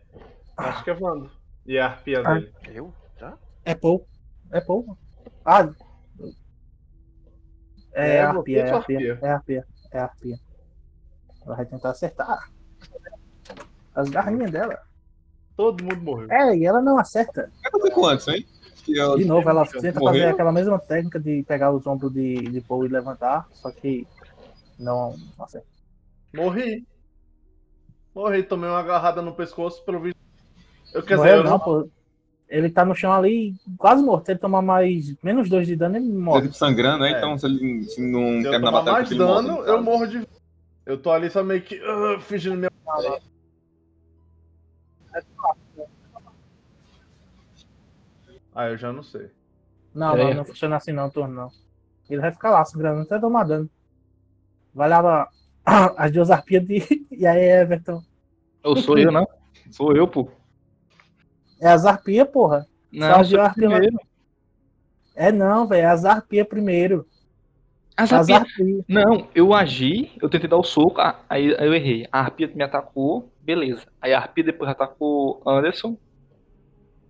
S2: Acho que é Vando. E a arpia
S1: Ah.
S2: dele.
S4: Eu? Já?
S1: É pouco. É pouco. Ah. É,
S2: É,
S1: arpia, é
S2: você
S1: arpia,
S2: arpia.
S1: é arpia, é arpia. Ela vai tentar acertar. As garrinhas dela.
S2: Todo mundo morreu.
S1: É, e ela não acerta.
S3: Vai fazer quantos, hein? Acho que é eu-
S1: De novo, ela tenta fazer
S3: Morreu?
S1: aquela mesma técnica de pegar os ombros de, de Paul e levantar, só que não acerta.
S2: Morri. Morri, tomei uma agarrada no pescoço, pelo visto. Eu quer dizer,
S1: Morreu
S2: eu
S1: não,
S2: não,
S1: pô. Ele tá no chão ali, quase morto. Se ele tomar mais, menos dois de dano, ele morre.
S3: Ele sangrando, né?
S2: É.
S3: Então se ele se não
S2: Se eu
S3: terminar a
S2: tomar
S3: batalha
S2: mais
S3: com ele, morre,
S2: dano,
S3: no
S2: eu
S3: caso.
S2: morro de. Eu tô ali só meio que ah, fingindo minha. Ah, eu já não sei.
S1: Não,
S7: É.
S1: não, não funciona assim não, turno não. Ele vai ficar lá, sangrando até tomar dano. Vai lá as duas arpias de... E aí, Everton?
S7: Eu sou eu, não? Sou eu, pô.
S1: É as arpias, porra.
S7: Não,
S1: Só
S7: sou
S1: de
S7: eu
S1: arpia lá.
S7: primeiro.
S1: É não, velho, é as arpias primeiro.
S7: As
S1: As
S7: arpias-
S1: arpias.
S7: Não, eu agi, eu tentei dar o soco, ah, aí aí eu errei. A arpia me atacou, beleza. Aí a arpia depois atacou Anderson.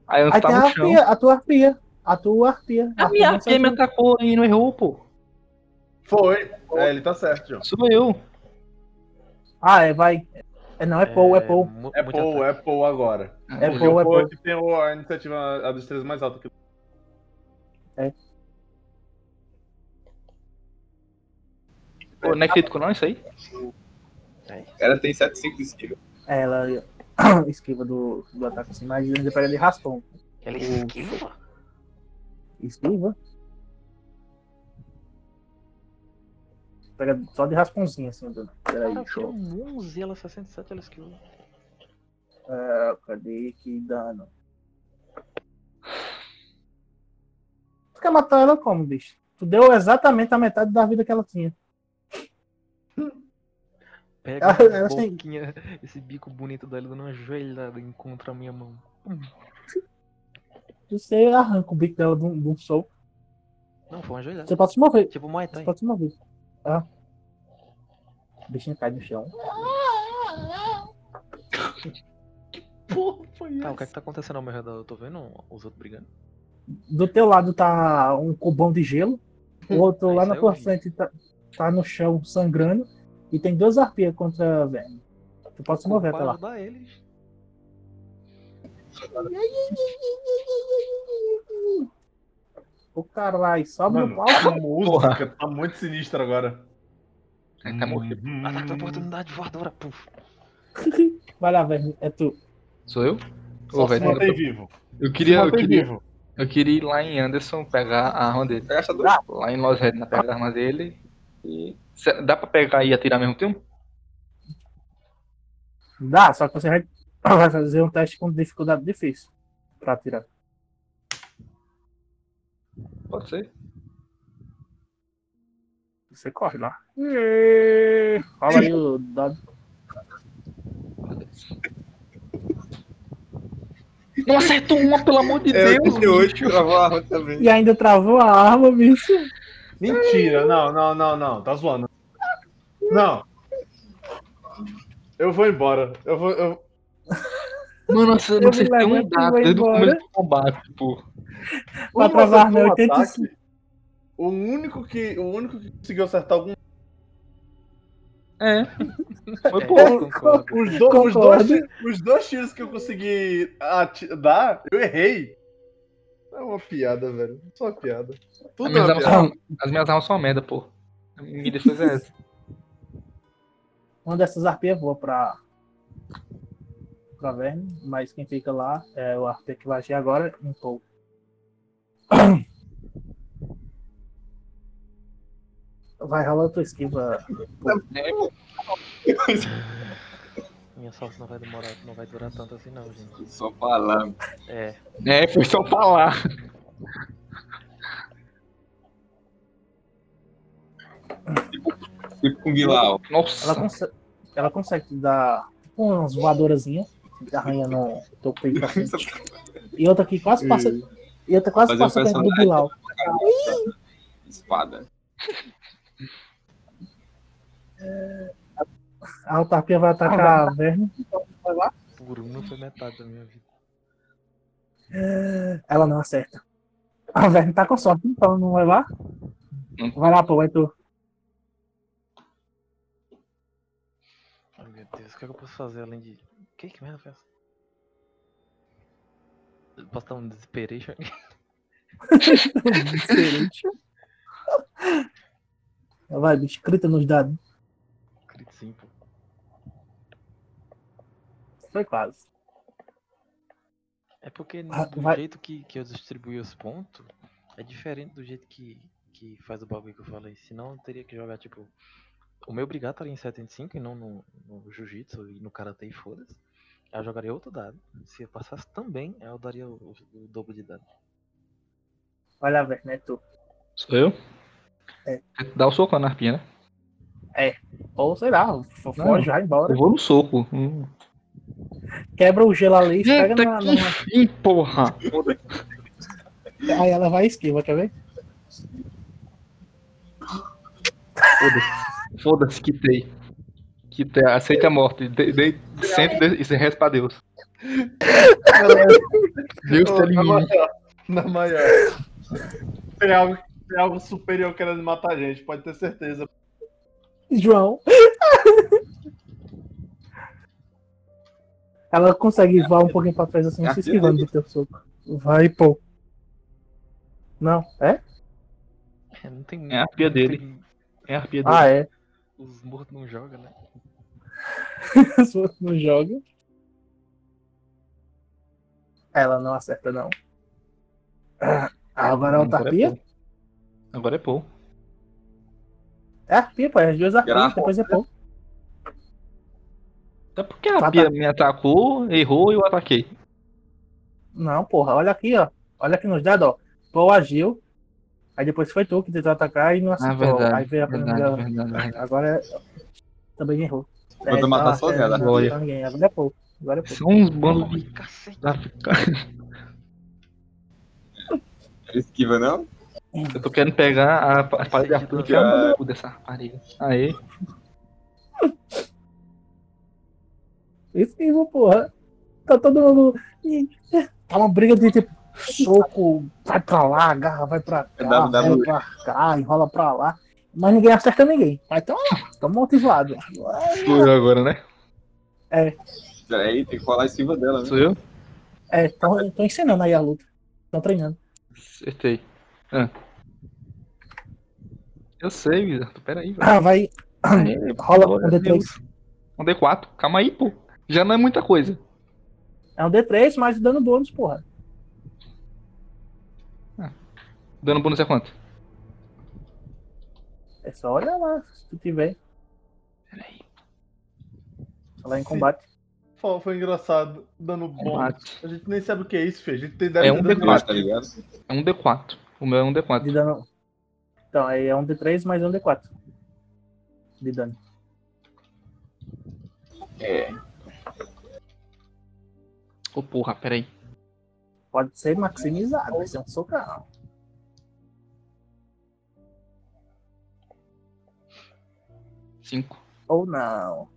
S7: Aí Anderson
S1: Aí tem
S7: tava
S1: a
S7: no chão.
S1: arpia, a tua arpia. A tua arpia.
S7: A minha arpia me
S1: assassina.
S7: atacou e não errou, pô.
S2: Foi. É, ele tá certo, João.
S7: Sou eu.
S1: Ah, é, vai. É não, é Paul, é Paul.
S4: mu-
S2: É
S4: muito
S2: Paul,
S4: ataque.
S2: é Paul agora.
S1: É
S2: Porque
S1: Paul,
S2: o
S1: é
S2: Paul
S1: Paul.
S2: que tem o- a iniciativa, a destreza mais alta. Que...
S7: Pô, não é crítico não, isso aí?
S3: O cara tá. tem 75 de esquiva.
S1: É, ela esquiva do, do ataque assim, mas ainda pega de raspão.
S4: Ele
S1: O-
S4: esquiva?
S1: Esquiva. Pega só de raspãozinho assim, dona.
S7: Ah,
S1: Peraí,
S4: Cara, eu
S1: show.
S4: tirei um 11, ela 67, ela esquiva.
S1: Ah, cadê que dano? Tu quer matar ela como, bicho? Tu deu exatamente a metade da vida que ela tinha.
S4: Pega
S1: Ela-
S4: essa
S1: ela tem-
S4: boquinha, esse bico bonito dela dando uma joelhada em contra a minha mão.
S1: Você arranca o bico dela de um, de um soco.
S4: Não, foi uma joelhada.
S1: Você pode se mover.
S4: Tipo Muay
S1: Você
S4: Thai.
S1: pode se mover. Ah. O bichinho cai no chão.
S4: Tá, o que é que tá acontecendo ao meu redor? Eu tô vendo os outros brigando.
S1: Do teu lado tá um cubão de gelo. O outro
S4: Ah,
S1: lá
S4: isso
S1: na
S4: é
S1: tua
S4: horrível.
S1: frente tá, tá no chão sangrando. E tem duas arpias contra verme. Tu pode se mover até
S4: Pra
S1: tá lá.
S4: ajudar eles.
S1: O caralho, sobe no
S2: Mano,
S1: pau.
S2: a música tá muito sinistra agora.
S3: É,
S7: Aí tá
S3: Hum.
S7: morrendo.
S2: Uhum.
S4: Ataque de oportunidade, voadora, puf.
S1: Vai lá, verme. É tu.
S7: Sou eu?
S2: Só
S7: Ô,
S2: se
S7: velho,
S2: mantém
S7: eu,
S2: vivo.
S7: eu queria,
S2: Se
S7: eu
S2: mantém
S7: queria,
S2: vivo.
S7: eu queria ir lá em Anderson pegar a arma dele.
S3: Vai gastar dois.
S7: Lá em Los Red, na pega da arma dele. E Cê- dá pra pegar e atirar ao mesmo tempo?
S1: Dá, só que você vai, vai fazer um teste com dificuldade difícil pra tirar.
S7: Pode ser.
S1: Você corre lá. Ê, Rola aí o dado.
S7: Não acertou uma, pelo amor de
S3: É,
S7: Deus!
S3: 88, eu vou arrumar também.
S1: E ainda travou a arma, bicho.
S2: Mentira, não, não, não, não. Tá zoando. Não. Eu vou embora. Eu vou. Eu...
S7: Mano, você não
S1: Eu me
S7: acertou um
S1: levanto e
S7: dado
S1: vou
S7: desde o
S1: embora.
S7: começo do combate, tipo, pô.
S1: Pra
S2: Um
S1: travar
S2: acertou
S1: meu
S2: um
S1: 85.
S2: ataque. O único que. O único que conseguiu acertar algum.
S7: É. Foi
S4: É,
S7: pouco.
S4: concordo.
S2: Os, do- os
S1: Concordo.
S2: dois, os dois tiros que eu consegui ati- dar, eu errei. É uma piada, velho. Só uma piada.
S7: As
S2: Tudo é
S7: minhas,
S2: uma piada.
S7: armas são, as minhas armas são uma merda, pô. A minha defesa é essa.
S1: Uma dessas arpias voa pra. pra verme, mas quem fica lá é o arpia que vai agir agora em Paul. Vai rolar tua esquiva.
S4: Minha sorte não vai demorar, não vai durar tanto assim não, gente.
S3: Só falando.
S4: É,
S7: É, foi só falar.
S3: Tipo com Guilau.
S1: Ela,
S7: Nossa.
S1: conse- ela consegue te dar tipo, umas voadorazinhas, arranhando o teu peito pra frente. E outra aqui quase passa. E outra quase
S3: Fazer um
S1: passa dentro do
S3: personagem.
S1: Bilal.
S3: Espada.
S1: A autarquia vai atacar a verme.
S4: por uma foi metade da minha vida.
S1: Ela não acerta. A verme tá com sorte, então não vai lá.
S3: Hum.
S7: Não.
S1: Vai lá, pô, vai tu.
S4: Ai, meu Deus, o que, é que eu posso fazer além de... Que que merda foi essa? Eu Posso dar um desesperation?
S1: Diferente. Vai, bicho, crita nos dados.
S4: Crit sim, pô.
S1: Foi quase.
S4: É porque no,
S1: Ah,
S4: do
S1: vai-
S4: jeito que, que eu distribuí os pontos é diferente do jeito que, que faz o bagulho que eu falei. Senão eu teria que jogar, tipo. O meu brigado estaria em 75 e não no, no jiu-jitsu e no karatê e foda-se. Aí Eu jogaria outro dado. Se eu passasse também, aí eu daria o, o- o dobro de dado.
S1: Olha, velho, né, tu?
S7: Sou eu?
S1: É.
S7: Dá o soco na arpinha, né?
S1: Ou sei lá, fo- foge, vai embora.
S7: Eu vou no soco. Hum.
S1: Quebra o gelo ali, pega
S7: Eita,
S1: na,
S7: que fim, porra!
S1: na- Aí ela vai e esquiva, quer ver?
S7: Foda-se. Foda-se, quitei. Quitei, aceita a morte. Dei, dei sempre de, e se resta pra Deus. Deus
S2: Ô,
S7: te
S2: na
S7: elimine.
S2: maior. Na maior. Tem algo, tem algo superior querendo matar a gente, pode ter certeza.
S1: João. ela consegue voar um pouquinho pra trás assim,
S3: É
S1: se
S3: aquele
S1: esquivando do teu soco. Vai, pô. Não, é?
S4: É, não tem
S7: É a arpia
S4: não
S7: dele.
S4: tem-
S7: É a arpia dele.
S1: Ah, é.
S4: os mortos não jogam, né?
S1: Se você não joga. Ela não acerta, não. Ah, Agora é outra
S7: Agora é
S1: arpia?
S7: Paul. Agora é Paul.
S1: É arpia, pô. É as duas arpias,
S3: Graça.
S1: depois é pô.
S7: É porque a
S1: Tá,
S7: arpia
S1: tá.
S7: me atacou, errou e eu ataquei.
S1: Não, porra. Olha aqui, ó. Olha aqui nos dados, ó. Paul agiu. Aí depois foi tu que tentou atacar e não acertou.
S7: Ah, verdade,
S1: aí veio a primeira.
S7: Verdade, verdade, verdade.
S1: Agora é- também errou. É,
S3: Manda matar só ela.
S1: Não,
S7: Glória.
S1: matou ninguém. Agora é pouco. Agora é pouco.
S7: São uns bandos de.
S4: Ai, cacete.
S7: da-
S3: Ele esquiva, não?
S7: Eu tô querendo pegar a, pa- a parede de Arthur que é o cu dessa parede. Aê.
S1: Isso mesmo, porra. Tá todo mundo. Tá uma briga de tipo, soco, vai pra lá, agarra, vai pra
S3: É
S1: cá, vai
S3: WWE.
S1: pra cá, enrola pra lá. Mas ninguém acerta ninguém. Mas tamo lá, tamo motivado.
S7: Sou eu agora, né?
S3: Aí tem que falar esquiva dela, né?
S7: Sou eu?
S1: É, tão, tão ensinando aí a luta. Tão treinando.
S7: Acertei. Ah. Eu sei, Arthur. Peraí, velho.
S1: Ah, vai.
S7: Aê,
S1: Rola
S7: glória
S1: um
S7: a
S1: D3.
S7: Deus. Um D4. Calma aí, pô. Já não é muita coisa.
S1: É um D3, mais dano bônus, porra.
S7: Dando bônus é quanto?
S1: É só olhar lá, se tu tiver.
S7: Peraí.
S1: Lá em combate.
S2: Foi, foi engraçado, dando bom.
S7: Combate.
S2: A gente nem sabe o que é isso, filho. A gente tem
S7: É um
S2: dano-
S7: D4.
S3: tá ligado?
S7: É um D4. O meu é um
S1: De
S7: D4.
S1: dano. Então, aí é um D3 mais um D4. De dano.
S3: É.
S7: Ô, porra, peraí.
S1: Pode ser maximizado, vai ser um socão.
S7: Cinco.
S1: Ou não.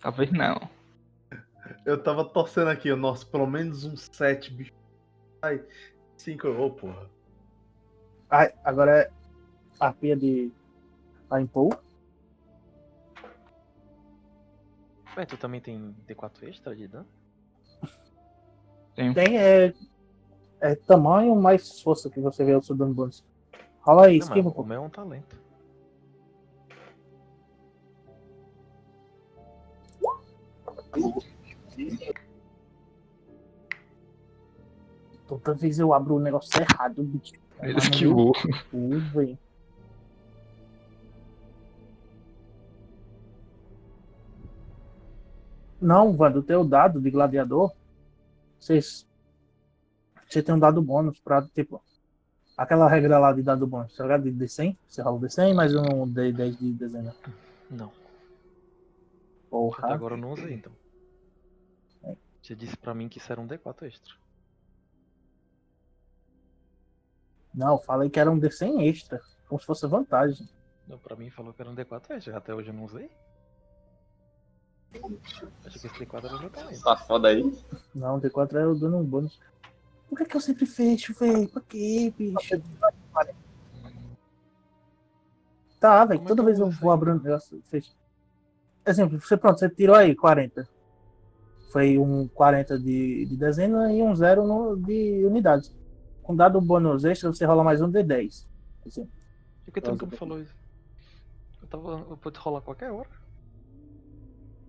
S7: Talvez não.
S2: Eu tava torcendo aqui, ó. nossa, pelo menos um 7, bicho. Ai, 5, ô porra.
S1: Ai, agora é a pia de Aimpou.
S4: Ué, tu também tem D4 extra de dano?
S1: Tem é, é tamanho mais força que você vê o seu dano bônus. Rola aí,
S4: Não, mas
S1: esquiva,
S4: o
S1: pô.
S4: meu é um talento.
S1: Toda vez eu abro o negócio errado, bicho.
S7: Ele esquivou.
S1: Ui, velho. Não, Vando, o teu dado de gladiador, vocês. Você tem um dado bônus pra, tipo. Aquela regra lá de dado bônus, você joga de D100, você rola o D100 mais um D10 de dezena.
S4: Não. Até
S1: Porra. É.
S4: agora eu não usei, então. Você disse pra mim que isso era um D4 extra.
S1: Não, eu falei que era um D100 extra, como se fosse vantagem.
S4: Não, pra mim falou que era um D4 extra, até hoje eu não usei. Acho que esse D4 era meu talento.
S3: Tá foda aí.
S1: Não, D4 era o dano bônus. Por que, que eu sempre fecho, velho? Pra quê, bicho? Tá, velho,
S4: Como é
S1: toda
S4: que
S1: vez
S4: eu
S1: eu
S4: sei?
S1: vou abrindo. Eu fecho. Exemplo, você pronto, você tirou aí 40. Foi um 40 de, de dezena e um zero no- de unidades. Com dado bônus extra, você rola mais um D10. Assim,
S4: Por que tu nunca
S1: Nossa,
S4: me falou isso? Eu tava. Eu pude rolar a qualquer hora.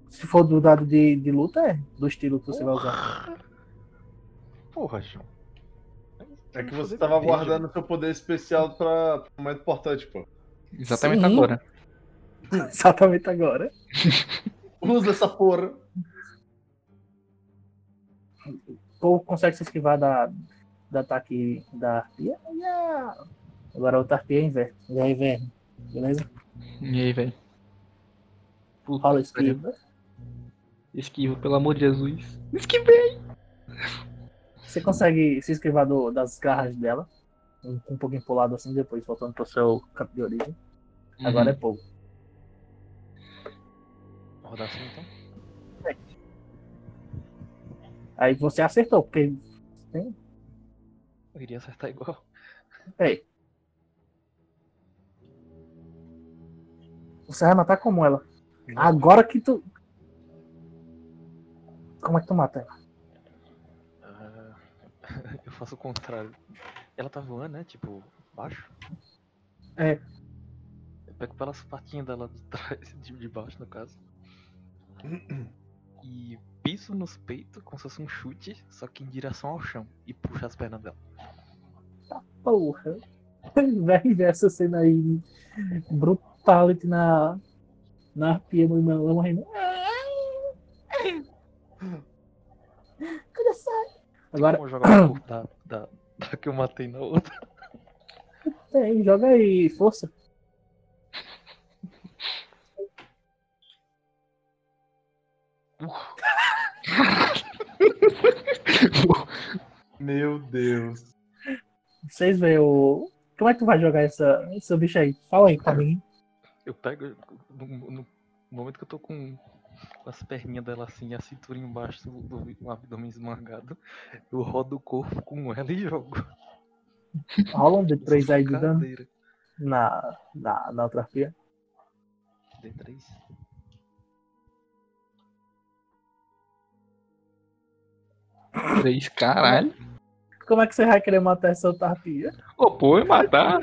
S1: Se for do dado de, de luta, é do estilo que você vai usar.
S4: Porra!
S5: porra, João.
S2: É que você tava guardando seu poder especial pra pra um momento importante, pô.
S5: Exatamente
S1: Sim.
S5: agora.
S1: Exatamente agora.
S2: Usa essa porra.
S1: Ou consegue se esquivar da, da ataque da arpia. E a- Agora a outra arpia é inverno. Já é inverno. Beleza?
S7: E aí, velho? Puta
S1: Rola
S7: que pariu.
S1: esquiva.
S7: Esquiva, pelo amor de Jesus.
S1: Você consegue se esquivar do- das garras dela. Um, um pouquinho pro lado assim, depois voltando pro seu campo de origem.
S7: Uhum.
S1: Agora é pouco.
S4: Vou rodar assim então.
S1: Aí você acertou, porque
S4: Eu iria acertar igual.
S1: você vai matar como ela. Agora que tu. Como é que tu mata ela?
S4: Ah, eu faço o contrário. Ela tá voando, né? Tipo, baixo.
S1: É.
S4: Eu pego pelas patinhas dela de trás, de de baixo no caso. E piso nos peitos como se fosse um chute, só que em direção ao chão. E puxo as pernas dela.
S1: Porra. Vai ver essa cena aí. Brutality na. Na arpia, meu irmão. né? Ela morrendo. Cadê essa? Agora
S4: Como eu jogar o corpo da, da, da que eu matei na outra.
S1: tem, joga aí, força.
S2: Meu Deus.
S1: Vocês veem o. Como é que tu vai jogar essa, esse bicho aí? Fala aí pra mim.
S4: Eu pego. No, no momento que eu tô com, com as perninhas dela assim e a cintura embaixo do, do do abdômen esmagado, eu rodo o corpo com ela e jogo.
S1: Rola um D3 aí de dano
S4: Brincadeira.
S1: na, na, na outra arpia.
S4: D3.
S7: Três, Hum. caralho.
S1: Como é que você vai querer matar essa outra arpia?
S7: Ô, pô, eu ia matar.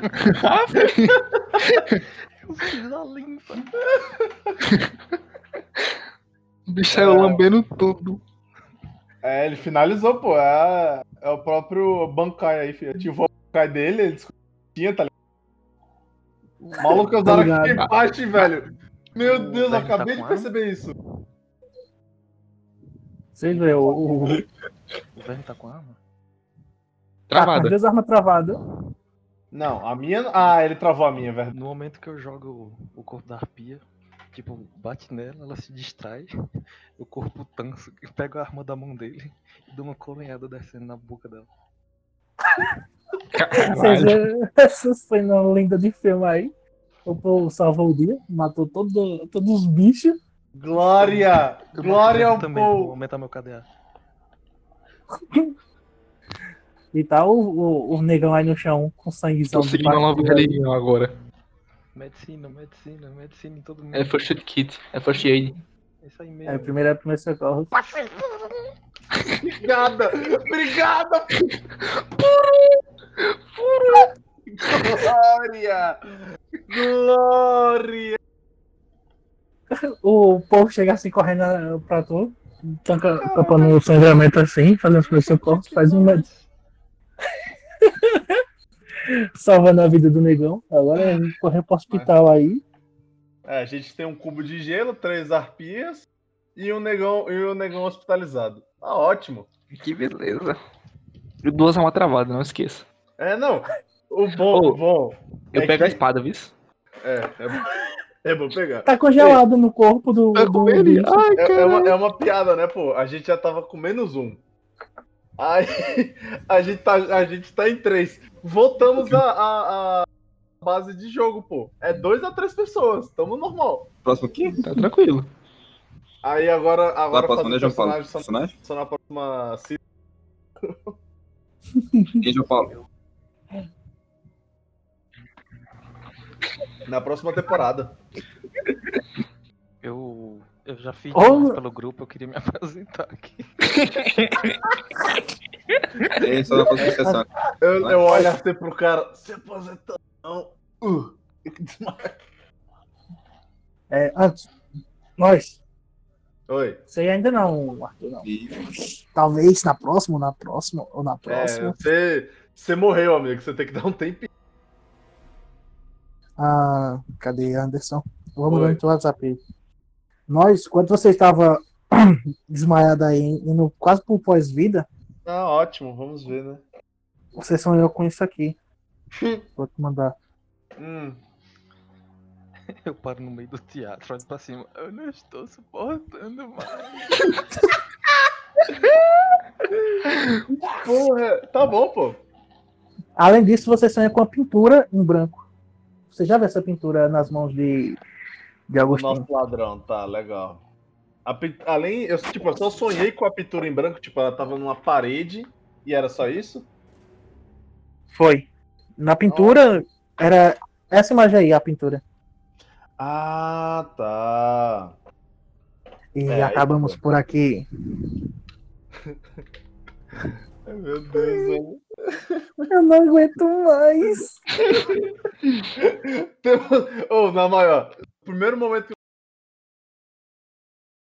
S4: Eu fiz a limpa.
S5: O bicho saiu lambendo tudo.
S2: É, ele finalizou, pô. É, é o próprio Bankai aí, filho. Ativou o Bankai dele, ele descobriu que tinha, tá ligado? O Maluco é o Zara
S1: Tá
S2: que
S1: ligado.
S2: empate, velho. Meu
S4: O
S2: Deus, eu
S4: Zara tá
S2: acabei
S4: com
S2: de
S4: arma?
S2: perceber isso.
S1: Vocês veem o. o, o
S4: O Verne tá com arma?
S1: Tá, com
S7: Travada.
S1: as duas armas travadas.
S2: Não, a minha. Ah, ele travou a minha, verdade.
S4: No momento que eu jogo o, o corpo da arpia, tipo, bate nela, ela se distrai, o corpo tanso, eu pego a arma da mão dele e dou uma colenhada descendo na boca dela.
S1: Vocês
S7: Caralho. tipo,
S1: veem essa cena linda de filme aí. O povo salvou o dia, matou todo, todos os bichos.
S2: Glória!
S4: Eu
S2: Glória
S4: mato
S2: ao
S4: o Verne também, vou
S2: povo!
S4: aumentar meu KDA.
S1: E tá o, o, o negão aí no chão com sanguezão.
S7: Tô
S1: de
S7: seguindo a nova
S1: batida.
S7: religião agora.
S4: Medicina, medicina, medicina em todo mundo.
S7: É first aid kit. É first aid.
S4: É isso aí
S1: É,
S4: mesmo.
S1: primeiro é primeiro socorro.
S2: Obrigada! Obrigada! Glória! Glória!
S1: O povo chega assim correndo eh, pra tu, tanca, tampando o sangramento assim, fazendo os primeiros socorros, faz um med- salvando a vida do negão. Agora é correr pro hospital aí.
S2: É, a gente tem um cubo de gelo, três arpias e um negão, e um negão hospitalizado. Ah, ótimo.
S7: Que beleza. E duas almas travadas, não esqueça.
S2: É, não. O bom,
S7: Ô,
S2: o bom.
S7: Eu
S2: é
S7: pego a
S2: que-
S7: espada, viu?
S2: É, é bom. É bom pegar.
S1: Tá congelado no corpo do.
S5: Tá
S1: do
S5: com ele?
S1: bicho.
S5: Ai,
S2: É, é
S5: cara.
S2: uma, é uma piada, né, pô? A gente já tava com menos um. Aí a gente tá, a gente tá em três. Voltamos à à- à base de jogo, pô. É dois a três pessoas. Tamo normal.
S3: Próximo aqui?
S7: Tá tranquilo.
S2: Aí agora.
S3: Lá,
S2: agora
S3: próximo,
S2: fazer
S3: né, João Paulo?
S2: personagem só,
S3: Personagem?
S2: só na próxima. se-
S3: Quem, João Paulo?
S2: Na próxima temporada.
S4: Eu, eu já fiz
S1: Ô,
S4: demais
S1: meu-
S4: pelo grupo, eu queria me apresentar aqui.
S3: Quem É só na próxima sessão?
S2: Eu, eu olho assim pro cara. Se aposentando. Uh.
S1: É, antes, nós
S2: Oi.
S1: Isso aí ainda não, Arthur, não.
S3: E
S1: Talvez na próxima, ou na próxima, ou na
S2: É,
S1: próxima.
S2: você, você morreu, amigo. Você tem que dar um tempinho.
S1: Ah, cadê Anderson? Vamos
S2: Oi.
S1: no teu WhatsApp. aí. Nós, quando você estava desmaiado aí, indo quase por pós-vida,
S2: Ah, ótimo. Vamos ver, né?
S1: você sonhou com isso aqui. Vou te mandar.
S2: Hum.
S4: Eu paro no meio do teatro, olho pra cima. Eu não estou suportando mais.
S2: Porra, tá bom, pô.
S1: Além disso, você sonha com a pintura em branco. Você já viu essa pintura nas mãos de, de Agostinho?
S2: Nosso ladrão, tá, legal. A pin- Além, eu, tipo, eu só sonhei com a pintura em branco, tipo, ela tava numa parede e era só isso?
S1: Foi. Na pintura, era essa imagem aí, a pintura.
S2: Ah, tá.
S1: E
S2: É,
S1: acabamos por aqui.
S2: Ai, Meu Deus, velho.
S1: Eu não aguento mais.
S2: um, Tem- Ô, na maior, o primeiro momento que